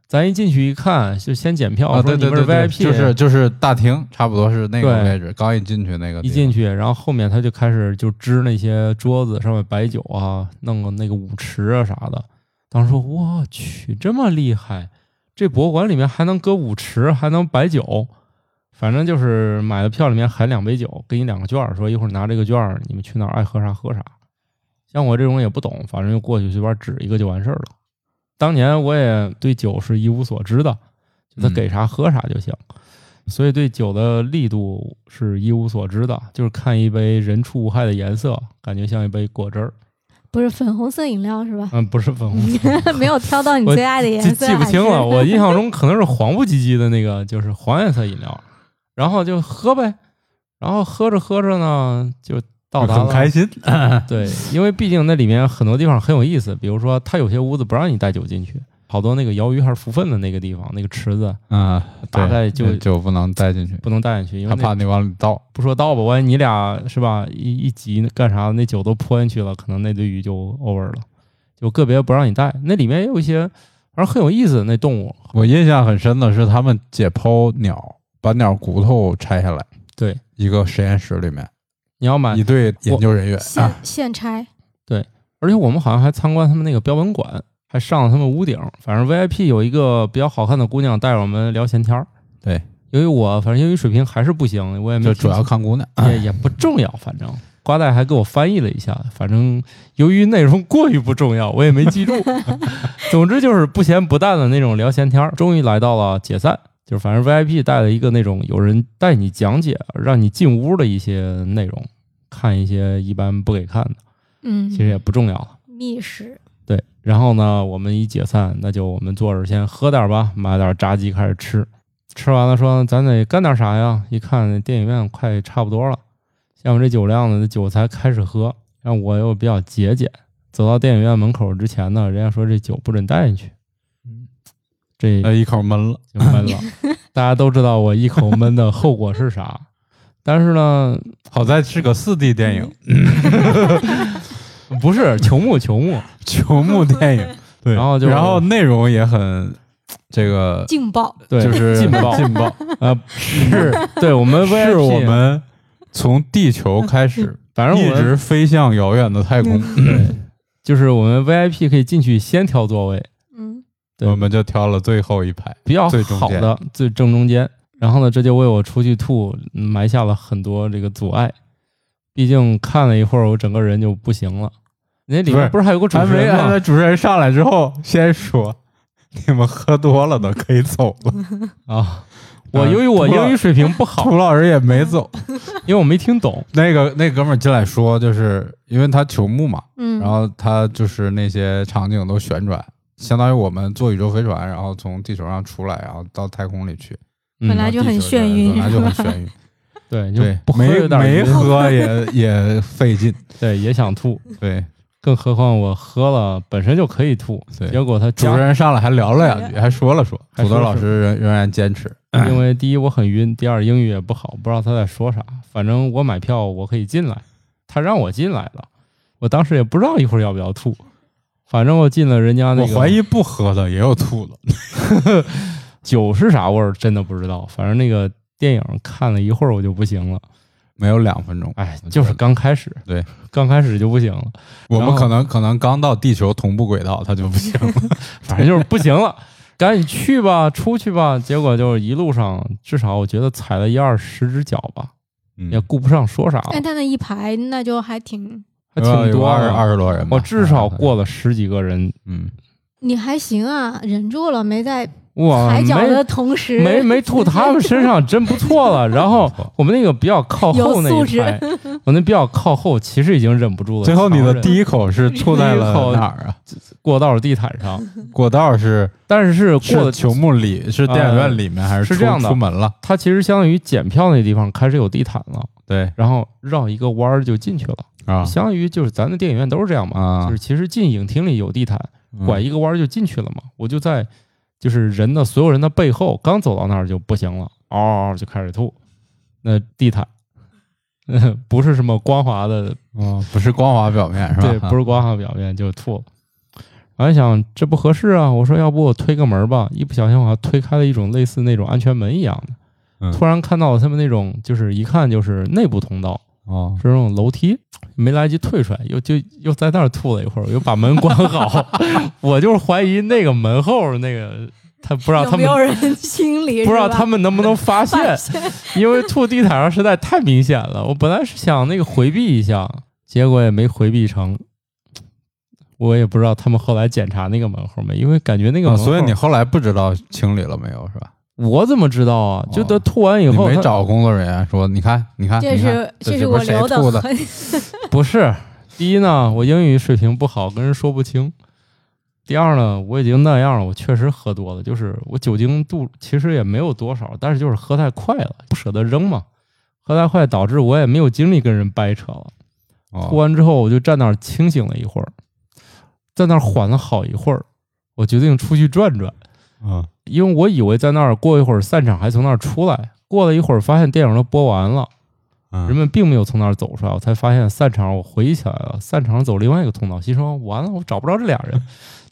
A: 咱一进去一看，就先检票，哦
B: 啊，
A: 说
B: 对
A: 你
B: 对
A: 们
B: 对
A: 是 VIP，
B: 对，就是就是大厅，差不多是那个
A: 对
B: 位置，刚一进去那个地
A: 一
B: 方，
A: 进去，然后后面他就开始就支那些桌子上面摆酒啊，弄个那个舞池啊啥的。当时说我去这么厉害，这博物馆里面还能搁舞池，还能摆酒，反正就是买的票里面含两杯酒，给你两个券儿，说一会儿拿这个券儿，你们去哪儿爱喝啥喝啥。像我这种也不懂，反正就过去随便指一个就完事儿了。当年我也对酒是一无所知的，就他
B: 嗯
A: 给啥喝啥就行。所以对酒的力度是一无所知的，就是看一杯人畜无害的颜色，感觉像一杯果汁儿，
C: 不是粉红色饮料是吧？
A: 嗯，不是粉红色，
C: 没有挑到你
A: 我
C: 最爱的颜
A: 记
C: 色，
A: 记不清
C: 还
A: 了。
C: 是
A: 我印象中可能是黄不唧唧的那个，就是黄颜色饮料，然后就喝呗，然后喝着喝着呢，就到达
B: 很
A: 了
B: 开心。
A: 对，因为毕竟那里面很多地方很有意思，比如说它有些屋子不让你带酒进去，好多那个瑶鱼还是福分的那个地方，那个池子
B: 嗯，
A: 大
B: 对
A: 概就
B: 就不能带进去，
A: 不能带进去，因为
B: 他
A: 那
B: 怕你往里倒。
A: 不说倒吧，万一你俩是吧一一急干啥，那酒都泼进去了，可能那堆鱼就 over 了，就个别不让你带。那里面也有一些反正很有意思的那动物，
B: 我印象很深的是，他们解剖鸟，把鸟骨头拆下来，
A: 对，
B: 一个实验室里面，
A: 你要买
B: 一队研究人员
C: 现
A: 啊
C: 现拆，
A: 而且我们好像还参观他们那个标本馆，还上了他们屋顶。反正 VIP 有一个比较好看的姑娘带着我们聊闲天儿。
B: 对，
A: 由于我反正英语水平还是不行，我也没
B: 就
A: 听
B: 主要看姑娘。
A: 也也不重要，反正瓜代还给我翻译了一下。反正由于内容过于不重要，我也没记住。总之就是不咸不淡的那种聊闲天儿。终于来到了解散，就是反正 VIP 带了一个那种有人带你讲解，让你进屋的一些内容，看一些一般不给看的，
C: 嗯，
A: 其实也不重要了。
C: 密室，
A: 对，然后呢，我们一解散，那就我们坐着先喝点儿吧，买点儿炸鸡开始吃。吃完了说咱得干点啥呀？一看电影院快差不多了，像我这酒量呢，这酒才开始喝。然后我又比较节俭，走到电影院门口之前呢，人家说这酒不准带进去，
B: 嗯
A: 这
B: 呃，一口闷了，
A: 就闷了。大家都知道我一口闷的后果是啥，但是呢，
B: 好在是个四 D 电
A: 嗯
B: 影，
A: 不是球幕球幕，
B: 球幕电影，对，
A: 然后就
B: 然后内容也很这个，
C: 劲爆，
A: 对，
B: 就是
A: 劲爆
B: 劲爆，
A: 啊，
B: 是
A: 对我们 VIP,
B: 是我们从地球开始，
A: 反正我
B: 嗯一
A: 们
B: 直飞向遥远的太空，
A: 就是我们 VIP 可以进去先挑座位，
C: 嗯，
A: 对
B: 我们就挑了最后一排。
A: 比较
B: 最中
A: 好
B: 间
A: 的最正中间。然后呢，这就为我出去吐嗯埋下了很多这个阻碍。毕竟看了一会儿，我整个人就不行了。那里
B: 不
A: 面
B: 是
A: 不是还有个主
B: 还
A: 持
B: 没
A: 人
B: 按
A: 吗？
B: 照主持人上来之后，先说你们喝多了的可以走了。
A: 啊，我由于我
B: 呃吐了
A: 英语水平不好，
B: 涂老师也没走，
A: 因为我没听懂。
B: 那个那哥们儿进来说，就是因为他球幕嘛，
C: 嗯，
B: 然后他就是那些场景都旋转，相当于我们坐宇宙飞船，然后从地球上出来，然后到太空里去，
A: 嗯
C: 本来就很眩晕
B: 本来就很 眩晕，
A: 对，就
B: 对
A: 不，喝
B: 没
A: 有点
B: 没
A: 晕
B: 喝也也费劲，
A: 对也想吐，
B: 对。
A: 更何况我喝了本身就可以吐，
B: 对
A: 结果他
B: 主
A: 加
B: 持人上来还聊了两句，还说了说，
A: 还
B: 土
A: 说
B: 豆
A: 了
B: 老师仍仍然坚持，
A: 因为第一我很晕，第二英语也不好，不知道他在说啥。反正我买票我可以进来，他让我进来了，我当时也不知道一会儿要不要吐。反正我进了人家那
B: 我
A: 个，
B: 怀疑不喝的也有吐的，
A: 酒是啥味儿，真的不知道。反正那个电影看了一会儿我就不行了，
B: 没有两分钟，
A: 哎，就是刚开始，
B: 对，
A: 刚开始就不行了，
B: 我们
A: 然后
B: 可能可能刚到地球同步轨道，它就不行了。
A: 反正就是不行了，赶紧去吧，出去吧。结果就是一路上，至少我觉得踩了一二十只脚吧，也
B: 嗯，
A: 顾不上说啥了
C: 但，他那一排那就还挺，
A: 还挺
B: 有
A: 多
B: 二十
A: 的。
B: 二十多人吧，
A: 我至少过了十几个人，
B: 嗯，
C: 你还行啊，忍住了，没在
A: 哇，
C: 踩
A: 没
C: 脚的同时，
A: 没没 吐他们身上真不错了。然 后我们那个比较靠后那
C: 有素
A: 一
C: 质
A: 排，我那比较靠后其实已经忍不住了。
B: 最后你的第
A: 一
B: 一口是吐在
A: 第一口
B: 了哪儿啊？
A: 过道地毯上，
B: 过道是
A: 但是过
B: 是
A: 了
B: 球幕里，是电影院里面还
A: 是
B: 出
A: 这样的
B: 出门了？
A: 它其实相当于检票那地方开始有地毯了，
B: 对
A: 然后绕一个弯儿就进去了，
B: 啊
A: 相当于就是咱的电影院都是这样嘛，
B: 啊
A: 就是，其实进影厅里有地毯，
B: 嗯
A: 拐一个弯儿就进去了嘛。我就在就是人的所有人的背后，刚走到那儿就不行了，嗷嗷嗷就开始吐。那地毯， 不是什么光滑的，
B: 哦，不是光滑表面是吧？
A: 对，不是光滑表面就吐了。我还想这不合适啊，我说要不我推个门儿吧，一不小心我还推开了一种类似那种安全门一样的，
B: 嗯
A: 突然看到了他们那种就是一看就是内部通道，
B: 哦，
A: 是那种楼梯，没来得及退出来，又就又在那儿吐了一会儿，我又把门关 好。我就是怀疑那个门后那个他不知道他
C: 有没
A: 们
C: 有人清理？
A: 不知道
C: 是吧
A: 他们能不能发 现
C: 发，现
A: 因为吐地毯上实在太明显了。我本来是想那个回避一下，结果也没回避成。我也不知道他们后来检查那个门后没，因为感觉那个
B: 啊
A: 门后、
B: 所以你后来不知道清理了没有是吧？
A: 我怎么知道啊？就得吐完以
B: 哦你
A: 后，
B: 没
A: 他啊
B: 找工作人员说，你看，你看，
C: 这
B: 你看
C: 是
B: 这
C: 是
B: 不
C: 我
B: 谁
C: 留
B: 吐的，
C: 痕，
A: 不是第一呢，我英语水平不好，跟人说不清；第二呢，我已经那样了，我确实喝多了，就是我酒精度其实也没有多少，但是就是喝太快了，不舍得扔嘛，喝太快导致我也没有精力跟人掰扯了。
B: 哦
A: 吐完之后，我就站那儿清醒了一会儿，在那儿缓了好一会儿，我决定出去转转，
B: 嗯
A: 因为我以为在那儿过一会儿散场，还从那儿出来。过了一会儿，发现电影都播完了，
B: 嗯，
A: 人们并没有从那儿走出来。我才发现散场，我回忆起来了，散场走另外一个通道，心说完了，我找不着这俩 人。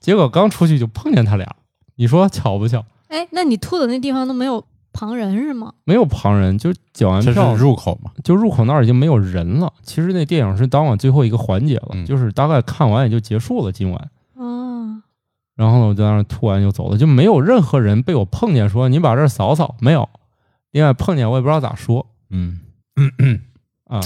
A: 结果刚出去就碰见他俩，你说巧不巧？
C: 哎，那你吐的那地方都没有旁人是吗？
A: 没有旁人，就缴完
B: 这
A: 票
B: 是入口嘛？
A: 就入口那儿已经没有人了。其实那电影是当晚最后一个环节了，
B: 嗯
A: 就是大概看完也就结束了今晚。
C: 啊，
A: 然后呢，我就在那儿吐完就走了，就没有任何人被我碰见说你把这儿扫扫，没有。另外碰见我也不知道咋说
B: 嗯，
A: 啊，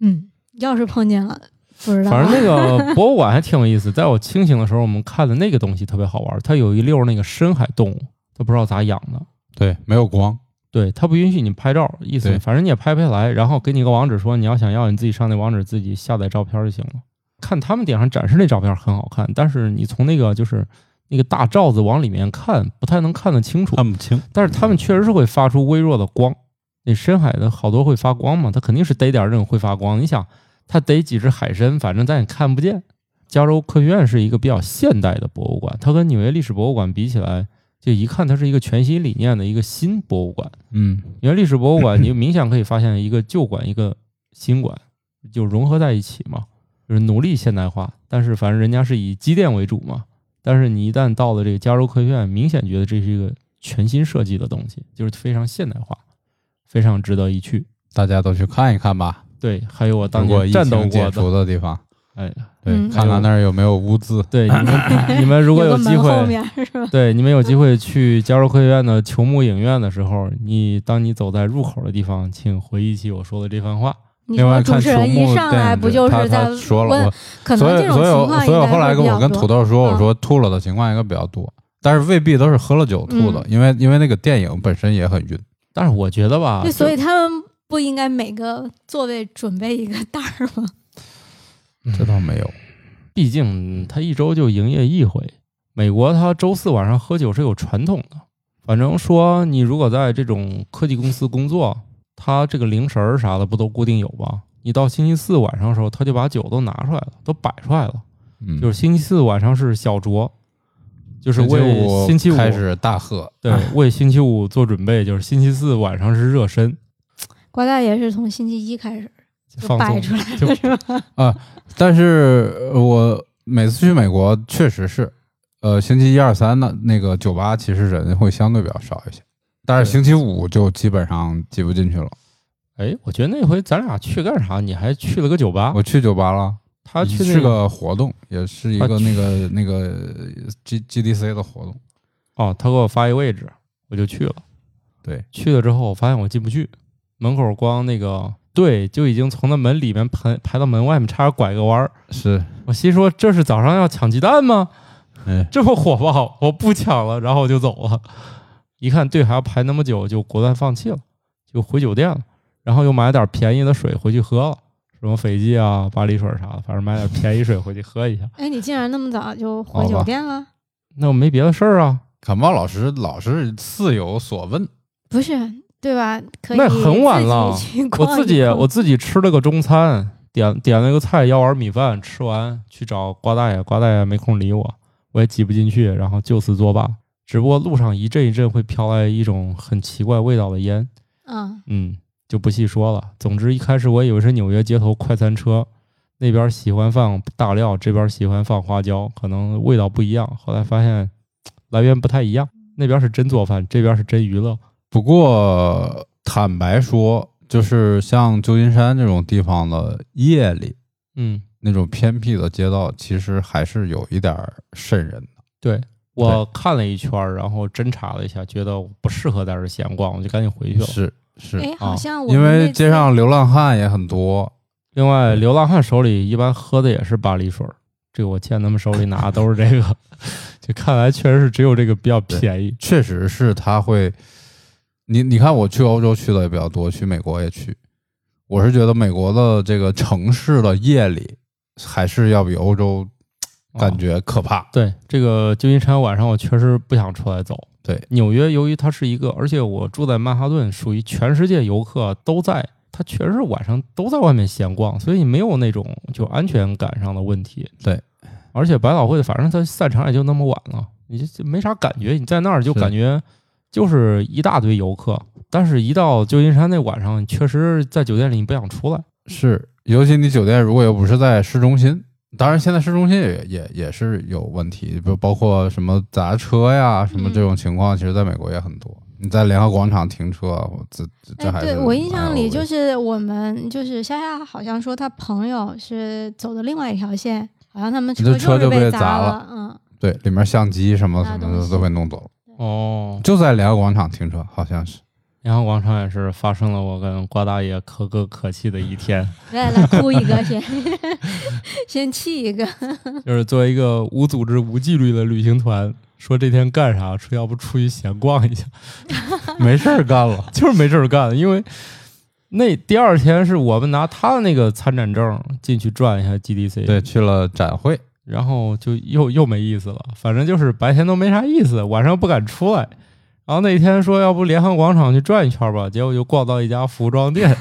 C: 嗯，要是碰见了不知道，
A: 反正那个博物馆还挺有意思。在我清醒的时候，我们看的那个东西特别好玩，它有一溜儿那个深海动物，它不知道咋养的。
B: 对，没有光，
A: 对，它不允许你拍照，意思
B: 对
A: 反正你也拍不下来，然后给你个网址说你要想要，你自己上那网址自己下载照片就行了。看他们顶上展示那照片很好看，但是你从那个就是那个大罩子往里面看，不太能看得清楚。
B: 看不清。
A: 但是他们确实是会发出微弱的光。那深海的好多会发光嘛，它肯定是逮点儿这种会发光。你想，它逮几只海参，反正咱也看不见。加州科学院是一个比较现代的博物馆，它跟纽约历史博物馆比起来，就一看它是一个全新理念的一个新博物馆。
B: 嗯
A: 纽约历史博物馆，你明显可以发现一个旧馆一个新馆就融合在一起嘛，就是努力现代化。但是反正人家是以机电为主嘛，但是你一旦到了这个加州科学院，明显觉得这是一个全新设计的东西，就是非常现代化，非常值得一去。，
B: 大家都去看一看吧。
A: 对，还有我当
B: 如果
A: 年
B: 疫
A: 战斗过
B: 情解
A: 的，
B: 除的地方，
A: 哎，
B: 对，
C: 嗯
B: 看看那儿有没有污渍。
A: 对你 们你们如果
C: 有
A: 有
C: 个
A: 机
C: 门后
A: 会，
C: 面是吧？
A: 对你们有机会去加州科学院的球幕影院的时候，你当你走在入口的地方，请回忆起我说的这番话。
C: 你
B: 另外
C: 说主
B: 看
C: 持
B: 球
C: 人一
B: 幕
C: 上
B: 电
C: 来
B: 影
C: 不就
B: 他
C: 是在
B: 他说了，
C: 问
B: 我？
C: 可
B: 所
C: 能
B: 以
C: 这种
B: 所以
C: 情
B: 我
C: 况
B: 所以我
C: 应该
B: 后来
C: 会
B: 跟
C: 比
B: 我
C: 较
B: 跟
C: 多
B: 土豆说，我
C: 嗯
B: 说吐了的情况应该比较多，但是未必都是喝了酒吐的，
C: 嗯
B: 因为因为那个电影本身也很晕。
A: 但是我觉得吧，
B: 啊
C: 对，
A: 就
C: 所以他们不应该每个座位准备一个袋儿吗？
B: 这倒没有，
A: 毕竟他一周就营业一回。美国他周四晚上喝酒是有传统的，反正说你如果在这种科技公司工作，他这个零食儿啥的不都固定有吗？你到星期四晚上的时候，他就把酒都拿出来了，都摆出来了。
B: 嗯，
A: 就是星期四晚上是小酌，就是
B: 星期
A: 为星期五
B: 开始大喝，
A: 对为星期五做准备，就是星期四晚上是热身，
C: 瓜大爷是从星期一开始就
A: 放
C: 摆
A: 松
C: 出来了，
A: 就是
C: 吧？
B: 但是呃我每次去美国确实是，呃，星期一二三呢，那个酒吧其实人会相对比较少一些，但是
A: 对
B: 星期五就基本上挤不进去了。
A: 哎，我觉得那回咱俩去干啥？你还去了个酒吧，
B: 我去酒吧了。
A: 他啊去那
B: 是个活动，也是一
A: 他
B: 个
A: 去
B: 那个那个 G G D C 的活动。
A: 哦，他给我发一位置，我就去了。
B: 对，
A: 去了之后，我发现我进不去，门口光那个队就已经从那门里面排排到门外面，差点拐个弯儿。
B: 是，
A: 我心说这是早上要抢鸡蛋吗？
B: 哎，
A: 这么火爆，我不抢了，然后我就走了。一看队还要排那么久，就果断放弃了，就回酒店了。然后又买了点便宜的水回去喝了，什么斐济啊、巴黎水啥的，反正买点便宜水回去喝一下。
C: 哎，你竟然那么早就回
B: 好吧
C: 酒店了？
A: 那我没别的事儿啊，
B: 感冒老师老是似有所问，
C: 不是，对吧？可以
A: 那很晚
C: 自己
A: 了
C: 去
A: 我
C: 逛
A: 自
C: 一
A: 己
C: 逛
A: 我自己吃了个中餐，点点了个菜，要碗米饭，吃完去找瓜大爷，瓜大爷没空理我，我也挤不进去，然后就此作罢。只不过路上一阵一阵会飘来一种很奇怪味道的烟，
C: 嗯，
A: 嗯，就不细说了。总之一开始我以为是纽约街头快餐车，那边喜欢放大料，这边喜欢放花椒，可能味道不一样。后来发现来源不太一样，那边是真做饭，这边是真娱乐。
B: 不过坦白说，就是像旧金山这种地方的夜里
A: 嗯，
B: 那种偏僻的街道，其实还是有一点儿瘆人的。
A: 对我看了一圈儿，然后侦查了一下，觉得我不适合在这儿闲逛，我就赶紧回去了。
B: 是是，啊
C: 哎，好像我
B: 因
C: 们
B: 为
C: 那
B: 街
C: 次
B: 上流浪汉也很多。
A: 另外，流浪汉手里一般喝的也是巴黎水儿，这个我见他们手里拿的都是这个， 就看来确实是只有这个比较便宜。
B: 确实是他会，你你看我去欧洲去的也比较多，去美国也去，我是觉得美国的这个城市的夜里还是要比欧洲感觉可怕。
A: 对这个旧金山晚上，我确实不想出来走。
B: 对，
A: 纽约由于它是一个，而且我住在曼哈顿，属于全世界游客都在，它确实晚上都在外面闲逛，所以没有那种就安全感上的问题。
B: 对，
A: 而且百老汇反正它散场也就那么晚了，你就就没啥感觉，你在那儿就是感觉就是一大堆游客，但是一到旧金山那晚上，确实在酒店里你不想出来。
B: 是，尤其你酒店如果又不是在市中心，当然现在市中心也也也是有问题，不包括什么砸车呀，什么这
C: 嗯
B: 种情况，其实在美国也很多。你在联合广场停车，我这这这还
C: 哎，
B: 是
C: 对我印象里就是是我们就是夏夏好像说他朋友是走的另外一条线，好像他们
B: 这车就
C: 就是
B: 被
C: 被
B: 砸
C: 了
B: 了，
C: 嗯，
B: 对里面相机什么
C: 拿
B: 什
C: 啊东
B: 么的
C: 西
B: 都被弄走了，
A: 哦，
B: 就在联合广场停车，好像是。
A: 然后广场也是发生了我跟瓜大爷可歌可泣的一天。
C: 来来哭一 个先， 先气一个，
A: 就是作为一个无组织、无纪律的旅行团，说这天干啥，说要不出去闲逛 一下，
B: 没事儿干了。
A: 就是没事儿干。因为那第二天是我们拿他的那个参展证进去转一下 GDC，
B: 对，，去了展会，
A: 然后就又又没意思了。反正就是白天都没啥意思，晚上不敢出来。然后那天说要不联合广场去转一圈吧，结果就逛到一家服装 店，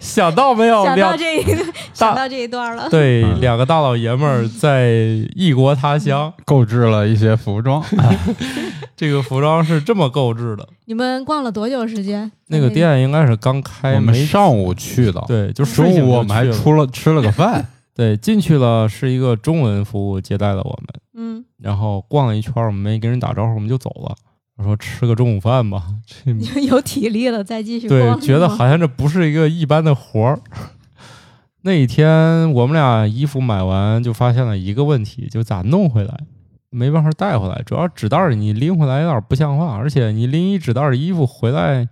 A: 想到没有？
C: 想
A: 两
C: 到这一 个，想到这一段了，
A: 对，
B: 嗯
A: 两个大老爷们
C: 嗯
A: 儿在异国他乡，
B: 购置了一些服装，
A: 这个服装是这么购置的。
C: 你们逛了多久时间？
A: 那个店应该是刚开，
B: 我们
A: 没
B: 上午去的，，
A: 对，就是睡醒
B: 中
A: 就
B: 午我们还
A: 去了
B: 出了吃了个 饭，
A: 对进去了，是一个中文服务接待了我们，
C: 嗯，
A: 然后逛了一圈，我们没跟人打招呼，我们就走了。我说吃个中午饭吧，这
B: 嗯
C: 有体力了再继续
A: 对
C: 逛，
A: 觉得好像这不是一个一般的活儿。 那一天我们俩衣服买完，就发现了一个问题，就咋弄回来，没办法带回来。主要纸袋儿你拎回来有点不像话，而且你拎一纸袋儿衣服回来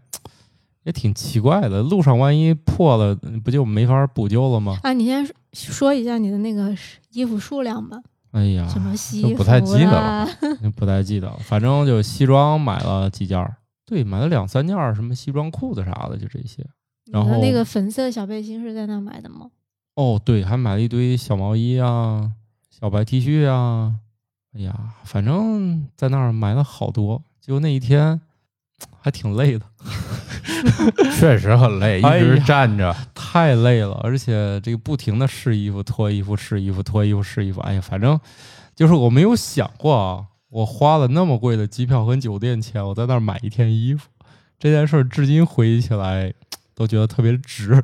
A: 也挺奇怪的，路上万一破了，不就没法补救了吗？
C: 啊，你先说说一下你的那个衣服数量吧，
A: 哎呀，
C: 什么西
B: 都啊
C: 服啊
B: 不太记得
C: 啦，
A: 不太记得了，反正就西装买了几件儿，对，买了两三件儿，什么西装裤子啥的，就这些。然
C: 你
A: 后
C: 的呃那个粉色小背心是在那买的吗？
A: 哦，对，还买了一堆小毛衣啊、小白 T 恤啊。哎呀，反正在那儿买了好多，结果那一天还挺累的，
B: 确实很累，一
A: 哎呀
B: 直站着，
A: 太累了，而且这个不停的试衣服、脱衣服、试衣服、脱衣服、试衣服，哎呀，反正就是我没有想过啊，我花了那么贵的机票跟酒店钱，我在那儿买一天衣服，这件事儿至今回忆起来都觉得特别值。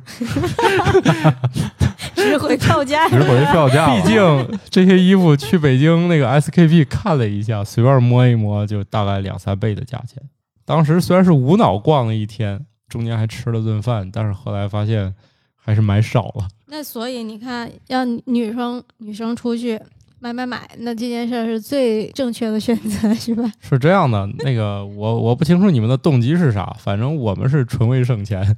C: 值回票价
B: 值 回票价了。
A: 毕竟这些衣服去北京那个 SKP 看了一下，随便摸一摸就大概两三倍的价钱。当时虽然是无脑逛了一天，中间还吃了顿饭，但是后来发现还是买少了。
C: 那所以你看，要女生女生出去买买买，那这件事儿是最正确的选择，是吧？
A: 是这样的，那个我我不清楚你们的动机是啥，反正我们是纯为省钱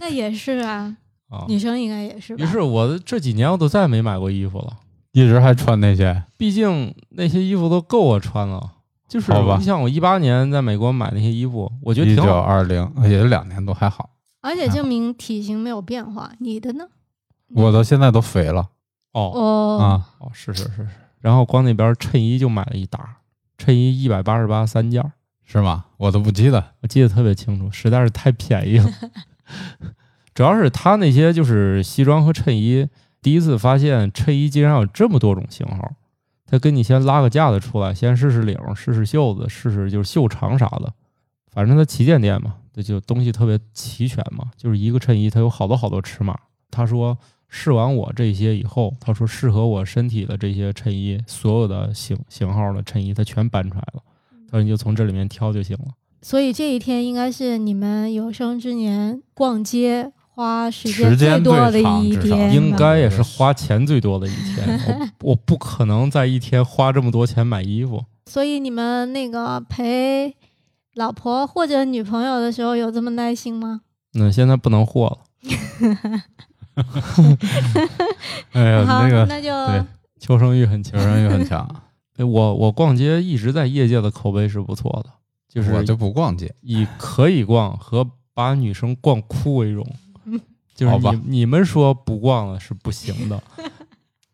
C: 那也是啊，
A: 啊。
C: 女生应该也是吧？
A: 于是我这几年我都再也没买过衣服了，
B: 一直还穿那些，
A: 毕竟那些衣服都够我穿了。就是
B: 好吧
A: 你像我一八年在美国买那些衣服，我觉得
B: 一
A: 挺
B: 九
A: 好。
B: 二零也就两年多，还好。
C: 而且证明体型没有变化，你的呢？
B: 我到现在都肥了
A: 哦，
C: 哦，
B: 啊！
A: 哦，是是是是。然后光那边衬衣就买了一打，衬衣一百八十八三件儿，
B: 是吗？我都不记得。
A: 我记得特别清楚，实在是太便宜了。 主要是他那些就是西装和衬衣，第一次发现衬衣竟然有这么多种型号。他跟你先拉个架子出来，先试试领，试试袖子，试试就是袖长啥的。反正他旗舰店嘛，这就东西特别齐全嘛，就是一个衬衣，它有好多好多尺码。他说试完我这些以后，他说适合我身体的这些衬衣，所有的型型号的衬衣，他全搬出来了。他说你就从这里面挑就行了。
C: 所以这一天应该是你们有生之年逛街花时
B: 时
C: 间
B: 间
C: 最多的
B: 最长
C: 一
B: 至少
C: 天吧，
A: 应该也是花钱最多的一 天。我我不可能在一天花这么多钱买衣服。
C: 所以你们那个陪老婆或者女朋友的时候有这么耐心吗？
A: 那现在不能货了，
B: 哎呀，
C: 好，
B: 那个
C: 那就
B: 对
A: 求生欲很强啊
B: 求。生欲很强，
A: 哎我我逛街一直在业界的口碑是不错的，就
B: 我
A: 是
B: 就不逛街。
A: 以可以逛和把女生逛哭为荣。就是
B: 好吧
A: 你你们说不逛了是不行 的，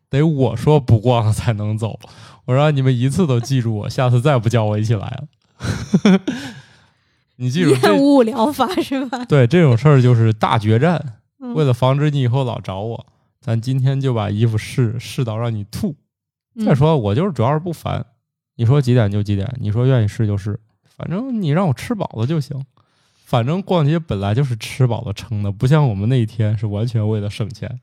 A: 得我说不逛了才能走。我让你们一次都记住我，下次再不叫我一起来了。 你记住，
C: 厌
A: 这
C: 恶疗法是吧？
A: 对这种事儿就是大决战。
C: 嗯
A: 为了防止你以后老找我，咱今天就把衣服试试到让你吐。
C: 嗯
A: 再说我就是主要是不烦，你说几点就几点，你说愿意试就试，反正你让我吃饱了就行。反正逛街本来就是吃饱了撑的，不像我们那一天是完全为了省钱。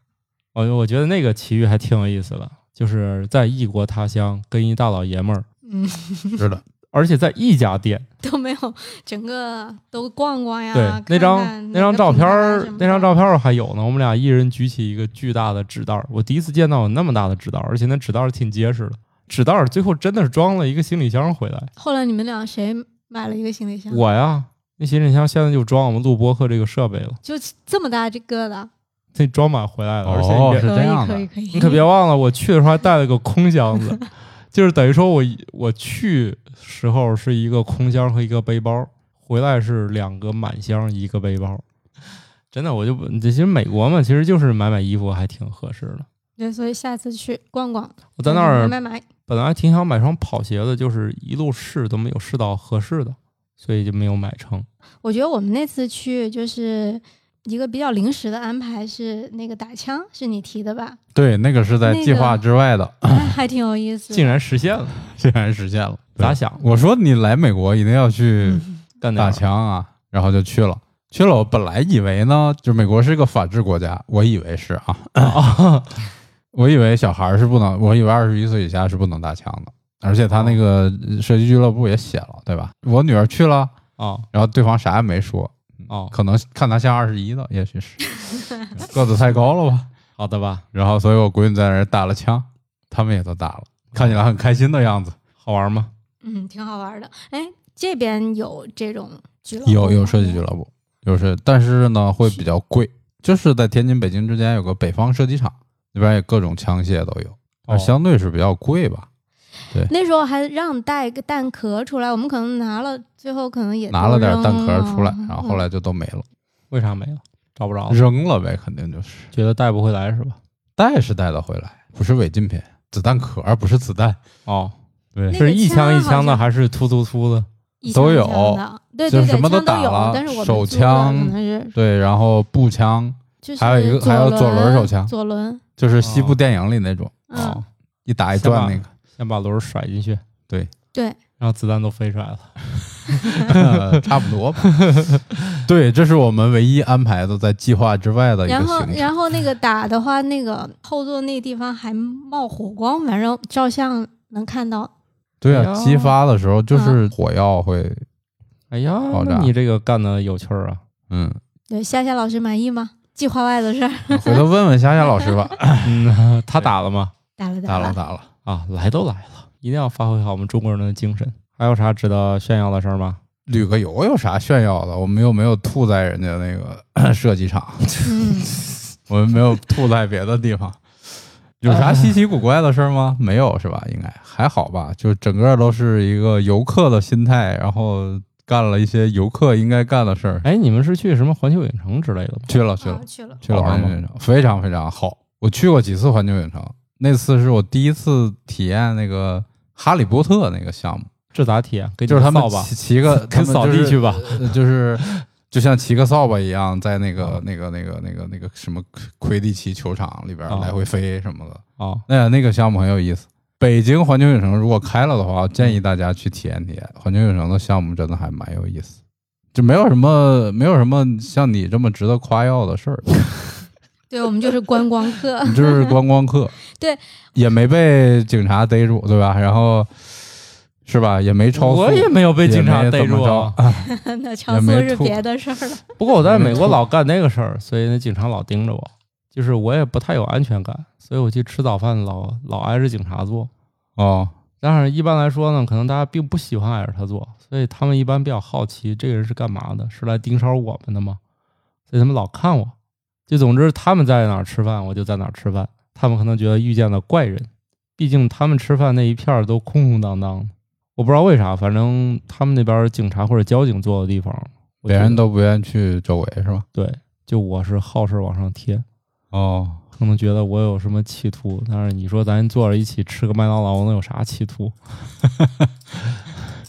A: 我我觉得那个奇遇还挺有意思的，就是在异国他乡跟一大老爷们儿，
C: 嗯，
B: 是的，
A: 而且在一家店。
C: 都没有整个都逛逛呀。
A: 对，那张
C: 看看
A: 那张照片儿
C: 哪个品牌啊什么，的
A: 那张照片儿还有呢。我们俩一人举起一个巨大的纸袋儿，我第一次见到有那么大的纸袋儿，而且那纸袋儿挺结实的。纸袋儿最后真的是装了一个行李箱回来。
C: 后来你们俩谁买了一个行李箱？
A: 我呀，那行李箱现在就装我们录播客这个设备了，
C: 就这么大这个的，
A: 这装满回来了。而且你
B: 哦
A: 别
B: 是这样的
C: 可以可以可以。
A: 你可别忘了，我去的时候还带了个空箱子，就是等于说我我去时候是一个空箱和一个背包，回来是两个满箱一个背包。真的，我就不，其实美国嘛，其实就是买买衣服还挺合适的。
C: 对，所以下次去逛逛，
A: 我在那儿
C: 嗯买买买。
A: 本来挺想买双跑鞋的，就是一路试都没有试到合适的，所以就没有买成。
C: 我觉得我们那次去就是一个比较临时的安排，是那个打枪，是你提 的吧？
B: 对，那个是在计划之外的，
C: 哎还挺有意思。
A: 竟然实现了，
B: 竟然实现了。对
A: 咋想？
B: 我说你来美国一定要去
A: 干点
B: 打
A: 儿
B: 枪啊，然后就去了。去了，我本来以为呢，就美国是一个法治国家，我以为是啊，
A: 啊！
B: 我以为小孩儿是不能，我以为二十一岁以下是不能打枪的，而且他那个呃射击俱乐部也写了，对吧？我女儿去了，
A: 哦
B: 然后对方啥也没说，
A: 哦，
B: 可能看她像二十一的，也许 是个子太高了吧。
A: 好的吧，
B: 然后，所以我闺女在那儿打了枪，他们也都打了，看起来很开心的样子。
A: 好玩吗？
C: 嗯，挺好玩的。哎，这边有这种俱乐部
B: 有有
C: 吗
B: 射击俱乐部，有射，但是呢会比较贵，就是在天津、北京之间有个北方射击场，那边也各种枪械都有，
A: 哦
B: 而相对是比较贵吧。
C: 那时候还让带个蛋壳出来，我们可能拿了，最后可能也
B: 拿了点
C: 都
B: 蛋
C: 扔啊
B: 壳儿出来
C: 了，嗯
B: 然后后来就都没了，
A: 为啥没了？找不着了，
B: 扔了呗，肯定就是
A: 觉得带不回来是吧？
B: 带是带得回来，不是违禁品，子弹壳儿不是子弹，
A: 哦，
B: 对
C: 那个
A: 是一枪一枪
C: 枪好
A: 的
C: 像
A: 还是突突突的？
C: 一
B: 都
C: 枪
B: 有
C: 枪的，对
B: 就
C: 对
B: 是
C: 对，
B: 什么都
C: 枪
B: 打
C: 有
B: 了
C: 但是我们
B: 手
C: 租的可
B: 枪
C: 能是
B: 对，然后步枪
C: 就是
B: 还有一个还有左轮手枪
C: 左轮，
B: 就是西
A: 哦
B: 部电影里那种，哦
C: 嗯，
B: 一打一
A: 先把
B: 转那个。
A: 先把轮儿甩进去，
C: 对，
A: 让子弹都飞出来了。
B: 呃 差不多吧。对，这是我们唯一安排的在计划之外的一个
C: 然后
B: 行程。
C: 然后那个打的话，那个后座那地方还冒火光，反正照相能看到，
B: 对
A: 哎
B: 啊，
A: 呦
B: 激发的时候
C: 嗯
B: 就是火药会，
A: 哎呀
B: 爆，炸
A: 那你这个干的有趣儿啊！
B: 嗯，
C: 对，夏夏老师满意吗？计划外的事儿，
B: 回头问问夏夏老师 吧。
A: 嗯，他打了吗？
C: 打了
B: 打了
C: 了，
B: 打了，
A: 啊，来都来了，一定要发挥好我们中国人的精神。还有啥值得炫耀的事儿吗？
B: 旅个游有啥炫耀的？我们又没有吐在人家那个 射击场，
C: 嗯，
B: 我们没有吐在别的地方。有啥稀奇古怪的事儿吗？没有是吧？应该还好吧，就整个都是一个游客的心态，然后干了一些游客应该干的事儿。
A: 哎，你们是去什么环球影城之类的吗？
B: 去了去了
C: 啊，去了，
B: 去了
A: 好玩
B: 环
A: 吗
B: 球影城，非常非常好。我去过几次环球影城，那次是我第一次体验那个哈利波特那个项目，
A: 这咋体啊验？给你
B: 就是他
A: 扫
B: 们
A: 把，
B: 骑骑个，他
A: 跟
B: 们
A: 扫
B: 就是
A: 地去吧。
B: 呃就是就像骑个扫把一样，在那个那个那个那个那个什么魁地奇球场里边
A: 啊
B: 来回飞什么的。
A: 啊，
B: 那那个项目很有意思。北京环球影城如果开了的话，建议大家去体验体验。环球影城的项目真的还蛮有意思，就没有什么没有什么像你这么值得夸耀的 事儿。
C: 对我们就是观光客，，
B: 你就是观光客
C: 对，
B: 也没被警察逮住，对吧？然后是吧，也没超速，
A: 我也没有被警察逮住啊。
C: 那超
B: 也
C: 速
B: 没
C: 是
B: 吐
C: 别的事儿了。
A: 不过我在美国老干那个事儿，所以那警察老盯着我，就是我也不太有安全感，所以我去吃早饭老老挨着警察坐。
B: 哦，
A: 但是一般来说呢，可能大家并不喜欢挨着他做，所以他们一般比较好奇这个人是干嘛的，是来盯梢我们的吗？所以他们老看我。就总之他们在哪儿吃饭，我就在哪儿吃饭。他们可能觉得遇见了怪人，毕竟他们吃饭那一片儿都空空荡荡的。我不知道为啥，反正他们那边儿警察或者交警坐的地方，我
B: 别
A: 觉
B: 人
A: 得
B: 都不愿意去周围，是吧？
A: 对，就我是好事往上贴，
B: 哦，
A: 可能觉得我有什么企图，但是你说咱坐着一起吃个麦当劳，能有啥企图？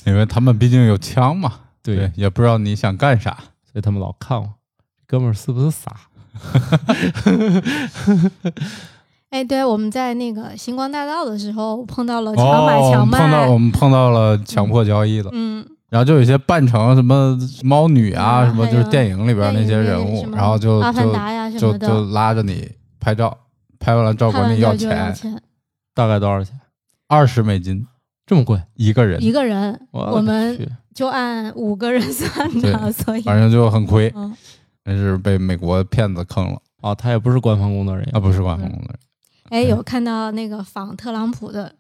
B: 因为他们毕竟有枪嘛，
A: 对，
B: 也不知道你想干啥。
A: 所以他们老看我，哥们儿是不是傻？
C: 哎，对，我们在那个星光大道的时候碰到了强买强
B: 哦、我们
C: 卖，
B: 碰到我们碰到了强迫交易了，
C: 嗯，
B: 然后就有一些扮成什么猫女啊，
C: 啊
B: 什么
C: 还
B: 就
C: 有
B: 是电影里边那些人
C: 什
B: 物，
C: 么
B: 然后就
C: 阿凡
B: 就
C: 达呀什
B: 就
C: 么的，
B: 就拉着你拍照，拍完了照
C: 看
B: 管
C: 完
B: 你
C: 之后就要
B: 钱，
C: 钱，
A: 大概多少钱？
B: 二十美金
A: 这么贵？
B: 一个人，
C: 一个人
A: 我
C: 我
A: 的
C: 们
A: 去
C: 就按五个人 算
B: 对
C: 的，所以
B: 反正就很亏，
C: 嗯，
B: 但是被美国骗子坑了
A: 啊，他也不是官方工作人员哦
B: 啊，不是管红的人，
C: 哎，有看到那个仿特朗普的，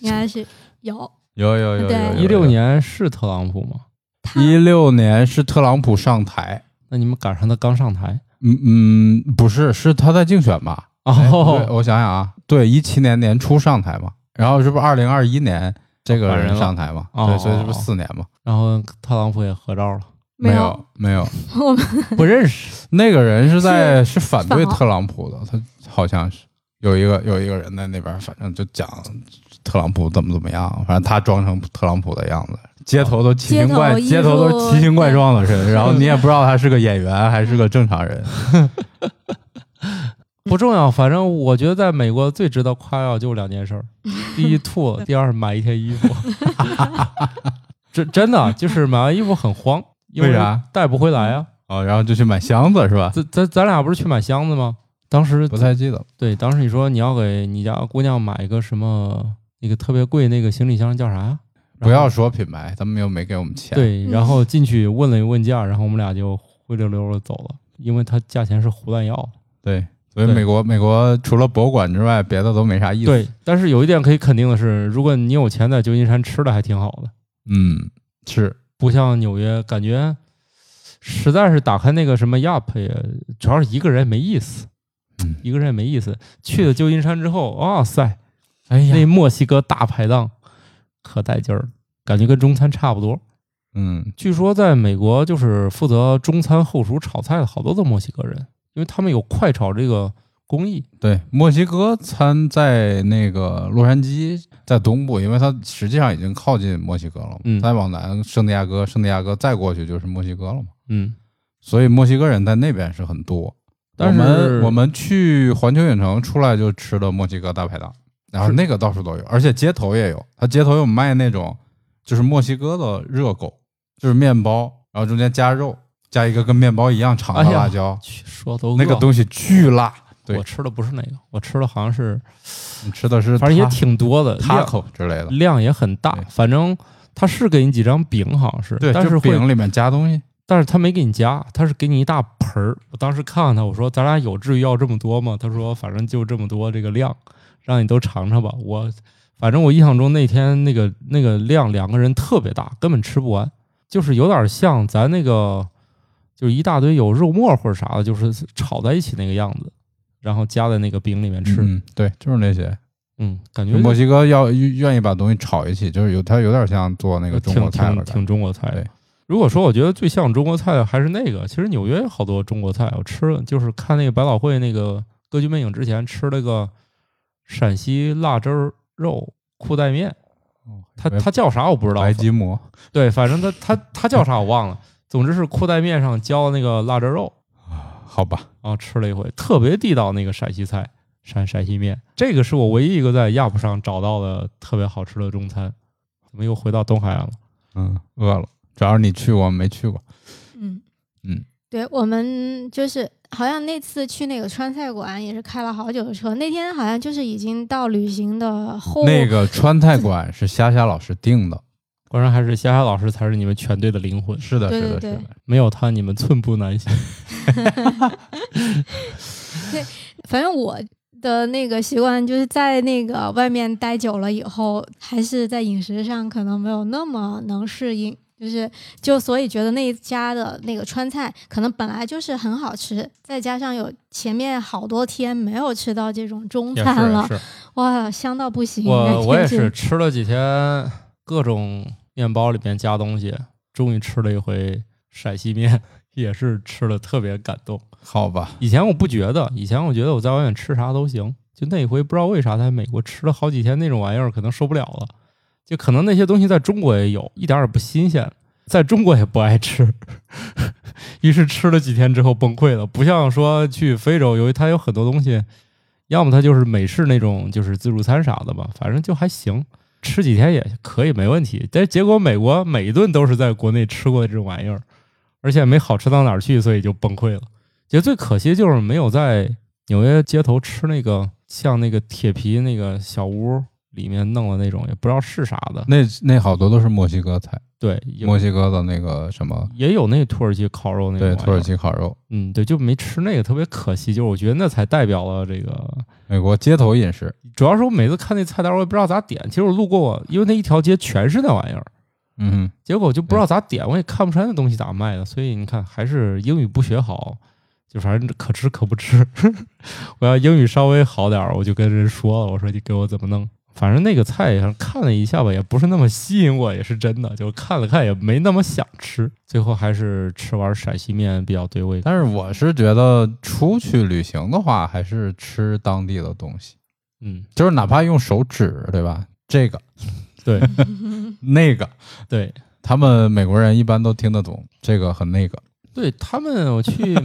C: 应 该是有
B: 有有有有
C: 对
B: 有，
A: 一六年是特朗普吗？
C: 他
B: 一六年是特朗普上台，
A: 那你们赶上他刚上台
B: 嗯嗯，不是，是他在竞选吧？哎不对
A: 哦，
B: 我想想啊，对，一七年年初上台嘛，然后这不二零二一年这个
A: 换人
B: 人
A: 了
B: 上台嘛，
A: 哦
B: 对，所以这不
A: 哦哦
B: 四年嘛？
A: 然后特朗普也合照了，
C: 没有？
B: 有没有，
C: 我们
B: 不认识。那个人是在是反对
C: 反华
B: 特朗普的，他好像是有一个有一个人在那边，反正就讲特朗普怎么怎么样，反正他装成特朗普的样子。街头都奇形怪，
C: 街
B: 街
C: 头艺术
B: 头都是奇形怪状的人，然后你也不知道他是个演员还是个正常人。
C: 嗯
A: 不重要，反正我觉得在美国最值得夸耀就两件事 儿：第一吐了，第二买一天衣服。 真真的就是买完衣服很慌，因
B: 为啥
A: 带不回来啊？
B: 哦，然后就去买箱子是吧？
A: 咱咱咱俩不是去买箱子吗？当时
B: 不太记得了。
A: 对，当时你说你要给你家姑娘买一个什么那个特别贵那个行李箱叫啥呀？
B: 不
A: 然后
B: 要说品牌，他们又没给我们钱。
A: 对，
C: 嗯
A: 然后进去问了问价，然后我们俩就灰溜溜的走了，因为它价钱是胡乱要的。
B: 对，所以
A: 对
B: 美国美国除了博物馆之外，别的都没啥意思。，
A: 对，但是有一点可以肯定的是，如果你有钱，在旧金山吃的还挺好的，
B: 嗯，是
A: 不像纽约，感觉实在是打开那个什么 Yup 也，主要是一个人也没意思，
B: 嗯
A: 一个人也没意思。去了旧金山之后，哇、塞，
B: 哎呀
A: 那墨西哥大排档可带劲儿，感觉跟中餐差不多。
B: 嗯，
A: 据说在美国，就是负责中餐后厨炒菜的好多都墨西哥人，因为他们有快炒这个工艺。
B: 对，墨西哥餐在那个洛杉矶，在东部，因为它实际上已经靠近墨西哥了嘛。
A: 嗯
B: 再往南，圣地亚哥，圣地亚哥再过去就是墨西哥了嘛。
A: 嗯，
B: 所以墨西哥人在那边是很多。
A: 但是
B: 我们我们去环球影城出来就吃了墨西哥大排档，然后
A: 是
B: 那个到处都有，而且街头也有，它街头有卖那种就是墨西哥的热狗，就是面包，然后中间加肉，加一个跟面包一样长的
A: 哎呀啊
B: 辣椒，
A: 去说都饿
B: 那个
A: 了
B: 东西巨辣。对
A: 我，吃的不是那个，我吃的好像是，
B: 你吃的是
A: 反正也
B: 塔
A: 挺多的，
B: 塔
A: 量
B: 口之类的，
A: 量也很大
B: 对。
A: 反正他是给你几张饼，好像是，
B: 对，
A: 但
B: 就是
A: 会
B: 饼里面加东西。
A: 但是他没给你加，他是给你一大盆儿。我当时看看他，我说咱俩有至于要这么多吗？他说反正就这么多这个量，让你都尝尝吧。我反正我印象中那天那个那个量两个人特别大，根本吃不完，就是有点像咱那个就是一大堆有肉末或者啥的，就是炒在一起那个样子，然后加在那个饼里面吃。嗯
B: 嗯，对，就是那些。
A: 感觉
B: 就墨西哥要愿意把东西炒一起，就是有它有点像做那个中国菜
A: 挺
B: 了
A: 挺。挺中国菜的
B: 对。
A: 如果说我觉得最像中国菜的还是那个，其实纽约有好多中国菜，我吃了就是看那个百老汇那个歌剧魅影之前吃了个陕西腊汁儿肉裤带面，它它叫啥我不知道，
B: 哦白吉馍。
A: 对，反正它它它叫啥我忘了，总之是裤带面上浇那个腊汁儿肉，
B: 好吧，
A: 然后吃了一回，特别地道那个陕西菜陕陕西面，这个是我唯一一个在亚普上找到的特别好吃的中餐。怎么又回到东海岸了？
B: 嗯，饿了。主要是你去过，我没去过。
C: 嗯
B: 嗯，
C: 对我们就是好像那次去那个川菜馆也是开了好久的车，那天好像就是已经到旅行的后
B: 那个川菜馆是虾虾老师定的，
A: 果然还是夏夏老师才是你们全队的灵魂，
B: 是的，
C: 对
B: 是
C: 对
B: 的，是
C: 对
B: 的。
A: 没有他你们寸步难行。
C: 反正我的那个习惯就是在那个外面待久了以后，还是在饮食上可能没有那么能适应，就是就所以觉得那一家的那个川菜可能本来就是很好吃，再加上有前面好多天没有吃到这种中餐了，
A: 是，
C: 哇，香到不行！那
A: 我
C: 天
A: 我也
C: 气
A: 是吃了几天各种面包里面加东西，终于吃了一回陕西面， 也是吃的特别感动。
B: 好吧，
A: 以前我不觉得，以前我觉得我在外面吃啥都行，就那一回不知道为啥在美国吃了好几天那种玩意儿，可能受不了了。就可能那些东西在中国也有，一点儿也不新鲜，在中国也不爱吃， 于是吃了几天之后崩溃了。不像说去非洲，由于它有很多东西，要么它就是美式那种就是自助餐啥的吧，反正就还行，吃几天也可以没问题。但结果美国每一顿都是在国内吃过的这种玩意儿，而且没好吃到哪儿去，所以就崩溃了。其实最可惜就是没有在纽约街头吃那个像那个铁皮那个小屋里面弄的那种，也不知道是啥的。
B: 那那好多都是墨西哥菜，
A: 对，有
B: 墨西哥的那个什么，
A: 也有那土耳其烤肉那个
B: 对，
A: 玩意儿
B: 土耳，其烤肉，
A: 嗯，对，就没吃那个，特别可惜。就是我觉得那才代表了这个，
B: 美国街头饮食，
A: 主要是我每次看那菜单，我也不知道咋点。其实我路过，因为那一条街全是那玩意儿，
B: 嗯
A: 结果我就不知道咋点，我也看不出来那东西咋卖的。所以你看，还是英语不学好，就反正可吃可不吃。 我要英语稍微好点儿，我就跟人说了，我说你给我怎么弄。反正那个菜看了一下吧，也不是那么吸引我，也是真的，就看了看也没那么想吃。最后还是吃碗陕西面比较对胃
B: 哼，。但是我是觉得出去旅行的话，还是吃当地的东西，
A: 嗯，
B: 就是哪怕用手指，对吧？这个
A: 对
B: 那个，
A: 对
B: 他们美国人一般都听得懂，这个和那个，
A: 对，他们我去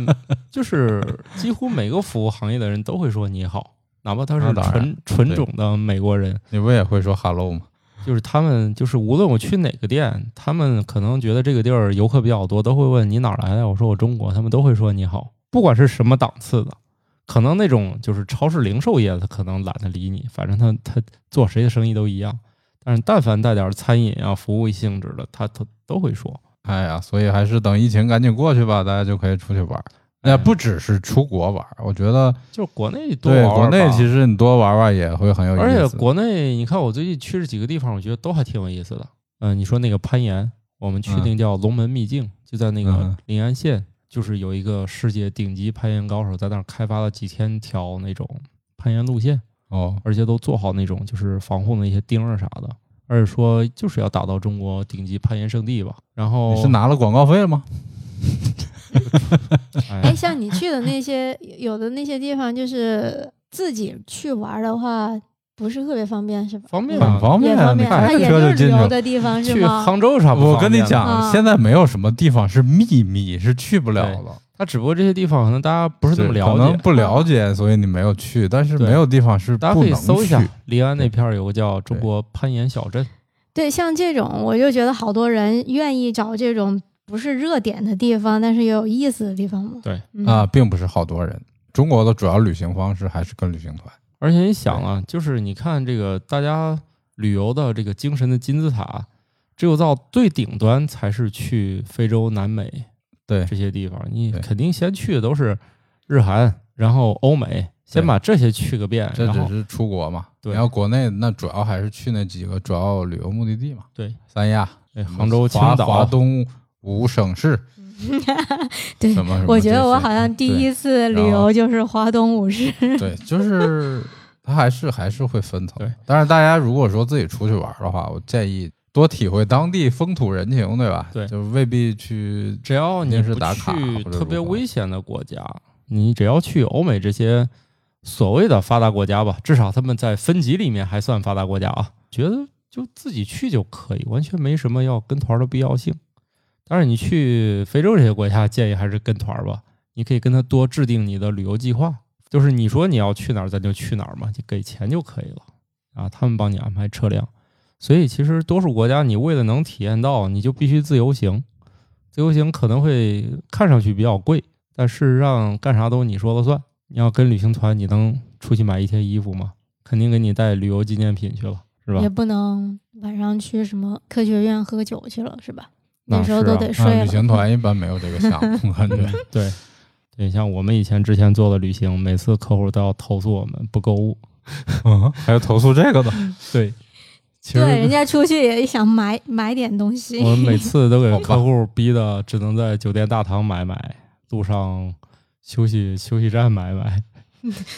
A: 就是几乎每个服务行业的人都会说你好，哪怕他是
B: 那当然
A: 纯纯
B: 对
A: 种的美国人，
B: 你不也会说 hello 吗？
A: 就是他们，就是无论我去哪个店，他们可能觉得这个地儿游客比较多，都会问你哪儿来啊的。我说我中国，他们都会说你好，不管是什么档次的。可能那种就是超市零售业的，他可能懒得理你，反正他他做谁的生意都一样。但是但凡带点餐饮啊、服务性质的，他他都会说。
B: 哎呀，所以还是等疫情赶紧过去吧，大家就可以出去玩儿。哎呀，不只是出国玩儿，我觉得
A: 就是国内多玩
B: 对
A: 玩
B: 国内
A: 吧
B: 其实你多玩玩也会很有意思。
A: 而且国内，你看我最近去这几个地方，我觉得都还挺有意思的。嗯、你说那个攀岩，我们去那个叫龙门秘境，就在那个
B: 嗯
A: 临安县，就是有一个世界顶级攀岩高手在那儿开发了几千条那种攀岩路线，
B: 哦，
A: 而且都做好那种就是防护的一些钉儿啥的。而且说就是要打造中国顶级攀岩圣地吧。然后
B: 哎你是？拿了广告费了吗？
C: 哎，
A: 哎，
C: 像你去的那些有的那些地方，就是自己去玩的话，不是特别方便，是吧？
A: 方便
C: 嗯
A: 啊
B: 很方
C: 也
B: 便啊，
C: 方
B: 你
C: 便，
B: 开
C: 它
B: 个
C: 也
B: 车
C: 就
B: 就是进
C: 旅
B: 去
C: 游
B: 了。
C: 的地方是
A: 去
C: 吗？
A: 杭州啥不
B: 我跟你
A: 方便呢
B: 讲，
C: 嗯
B: 现在没有什么地方是秘密是去不了的，
A: 它只不过这些地方可能大家不是那么了
B: 可能
A: 解。
B: 不了解，所以你没有去。但是
A: 对
B: 没有地方是
A: 大家
B: 不
A: 可以
B: 能
A: 搜一下
B: 去。
A: 临安那片儿有个叫中国攀岩小镇，
C: 对，像这种，我就觉得好多人愿意找这种不是热点的地方，但是也有意思的地方嘛。
A: 对
C: 嗯
B: 啊，并不是好多人。中国的主要旅行方式还是跟旅行团。
A: 而且你想啊，就是你看这个大家旅游的这个精神的金字塔，只有到最顶端才是去非洲、南美
B: 对
A: 这些地方。你
B: 对
A: 肯定先去的都是日韩，然后欧美，先
B: 对
A: 把这些去个遍。
B: 这
A: 哎然
B: 只
A: 后
B: 是出国嘛，
A: 对
B: 你要国内那主要还是去那几个主要旅游目的地嘛，
A: 对，
B: 三亚、
A: 哎杭州、青
B: 华华
A: 岛，
B: 东五省市
C: 对
B: 什么什么这些。
C: 我觉得我好像第一次旅
B: 然
C: 游
B: 后
C: 就是华东五市，
B: 对，就是它还是还是会分层。
A: 对，
B: 但是大家如果说自己出去玩的话，我建议多体会当地风土人情，对吧？
A: 对
B: 就未必去
A: 只要你
B: 您是
A: 不
B: 打卡
A: 去
B: 或者
A: 特别
B: 如何
A: 危险的国家，你只要去欧美这些所谓的发达国家吧，至少他们在分级里面还算发达国家啊，觉得就自己去就可以，完全没什么要跟团的必要性。当然，你去非洲这些国家，建议还是跟团吧，你可以跟他多制定你的旅游计划，就是你说你要去哪儿，咱就去哪儿嘛，就给钱就可以了啊，他们帮你安排车辆。所以，其实多数国家，你为了能体验到，你就必须自由行。自由行可能会看上去比较贵，但事实上干啥都你说了算。你要跟旅行团，你能出去买一天衣服吗？肯定给你带旅游纪念品去了，是吧
C: 也？不能晚上去什么科学院喝酒去了，是吧？
A: 那
C: 那时候
A: 是
C: 都
A: 啊
C: 得睡
B: 啊，
C: 了。
B: 旅行团一般没有这个项目，感觉。
A: 嗯对，对，像我们以前之前做的旅行，每次客户都要投诉我们不购物。
B: 嗯，还有投诉这个的，
A: 对，其实
C: 对，人家出去也想买买点东西。
A: 我们每次都
B: 好
A: 给
B: 吧
A: 客户逼的，只能在酒店大堂买买，路上休息休息站买买。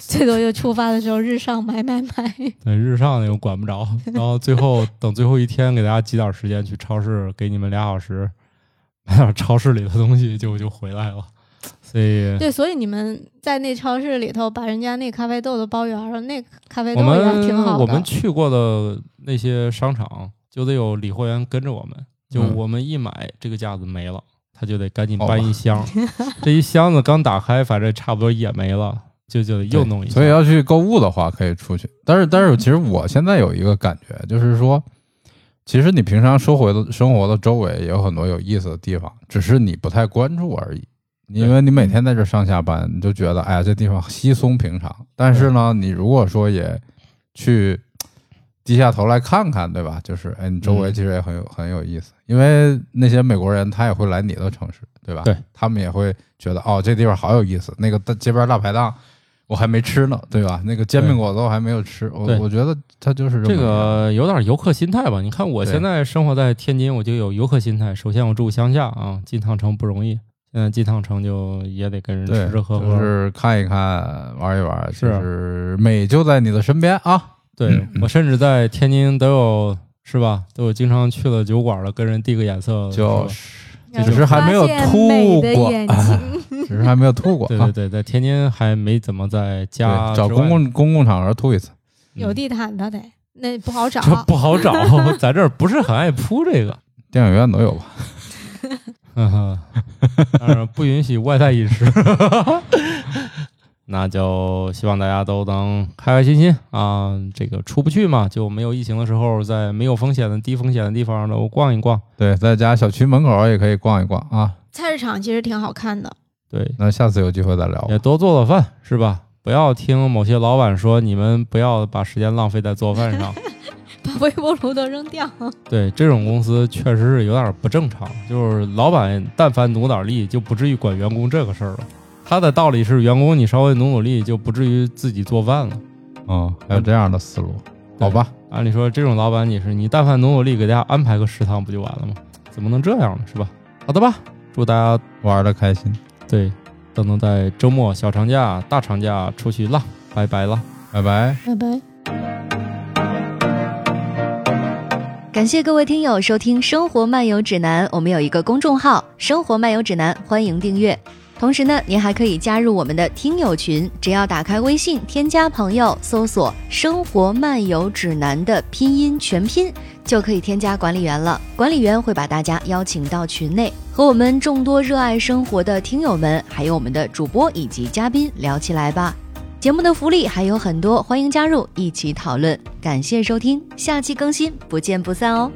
C: 最多就出发的时候日上买 买买。
A: 对，日上又管不着，然后最后等最后一天给大家挤点时间去超市，给你们俩小时，买点超市里的东西就就回来了。所以
C: 对，所以你们在那超市里头把人家那咖啡豆都包圆了，那咖啡豆
A: 我
C: 也
A: 们
C: 挺好的。
A: 我们去过的那些商场就得有理货员跟着我们，就
B: 嗯哦
A: 我们一买这个架子没了，他就得赶紧
B: 好
A: 搬
B: 吧
A: 一 箱，这一箱子刚打开，反正差不多也没了，就就得又
B: 对
A: 弄一箱。
B: 所以要去购物的话，可以出去。但是，但是，其实我现在有一个感觉，就是说，其实你平常生活的生活的周围也有很多有意思的地方，只是你不太关注而已。因为你每天在这上下班，你就觉得哎呀，这地方稀松平常。但是呢，你如果说也去低下头来看看，对吧？就是哎，你周围
A: 嗯
B: 其实也很有、很有意思，因为那些美国人他也会来你的城市，对吧？
A: 对，
B: 他们也会觉得哦，这地方好有意思。那个大街边大排档我还没吃呢，对吧？那个煎饼果子我还没有吃，
A: 嗯
B: 我
A: 对
B: 我觉得它就是
A: 这
B: 么样
A: 个有点游客心态吧？你看我
B: 对
A: 现在生活在天津，我就有游客心态。首先我住乡下啊，进趟城不容易，现在进趟城就也得跟人
B: 对，
A: 吃吃喝喝。
B: 就是看一看，玩一玩，
A: 是啊
B: 就是美就在你的身边 啊。
A: 对我甚至在天津都有是吧？都有经常去了酒馆了，跟人递个眼色，
B: 就是是
C: 然后
B: 只是还
C: 发
B: 没有
C: 现
B: 吐
C: 美的
B: 过啊
C: 眼
B: 只
C: 睛
B: 是还没有吐过
A: 对
B: 啊
A: 对。对，在天津还没怎么在家
B: 对，找
A: 之外
B: 公共公共场合吐一次，
C: 有地毯的得，那不好找。
A: 这不好找，咱这儿不是很爱铺这个。
B: 电影院都有吧？
A: 嗯哼，当然不允许外带饮食。 那就希望大家都能开开心心啊！这个出不去嘛，就没有疫情的时候，在没有风险的低风险的地方都逛一逛。
B: 对，在家小区门口也可以逛一逛啊。
C: 菜市场其实挺好看的，
A: 对，
B: 那下次有机会再聊吧。
A: 也多做做饭，是吧？不要听某些老板说你们不要把时间浪费在做饭上。
C: 把微波炉都扔掉。
A: 对，这种公司确实是有点不正常，就是老板但凡努点力，就不至于管员工这个事儿了。他的道理是，员工你稍微努努力，就不至于自己做饭了。
B: 嗯，还有这样的思路，
A: 对
B: 好吧？
A: 按理说，这种老板你是你，但凡努努力，给大家安排个食堂不就完了吗？怎么能这样呢？是吧？好的吧，祝大家
B: 玩的开心，
A: 对都能在周末、小长假、大长假出去浪，拜拜了。
B: 拜拜。
C: 拜拜。
D: 感谢各位听友收听《生活漫游指南》，我们有一个公众号《生活漫游指南》，欢迎订阅。同时呢，您还可以加入我们的听友群，只要打开微信添加朋友，搜索“生活漫游指南”的拼音全拼，就可以添加管理员了。管理员会把大家邀请到群内，和我们众多热爱生活的听友们，还有我们的主播以及嘉宾聊起来吧。节目的福利还有很多，欢迎加入一起讨论。感谢收听，下期更新，不见不散哦。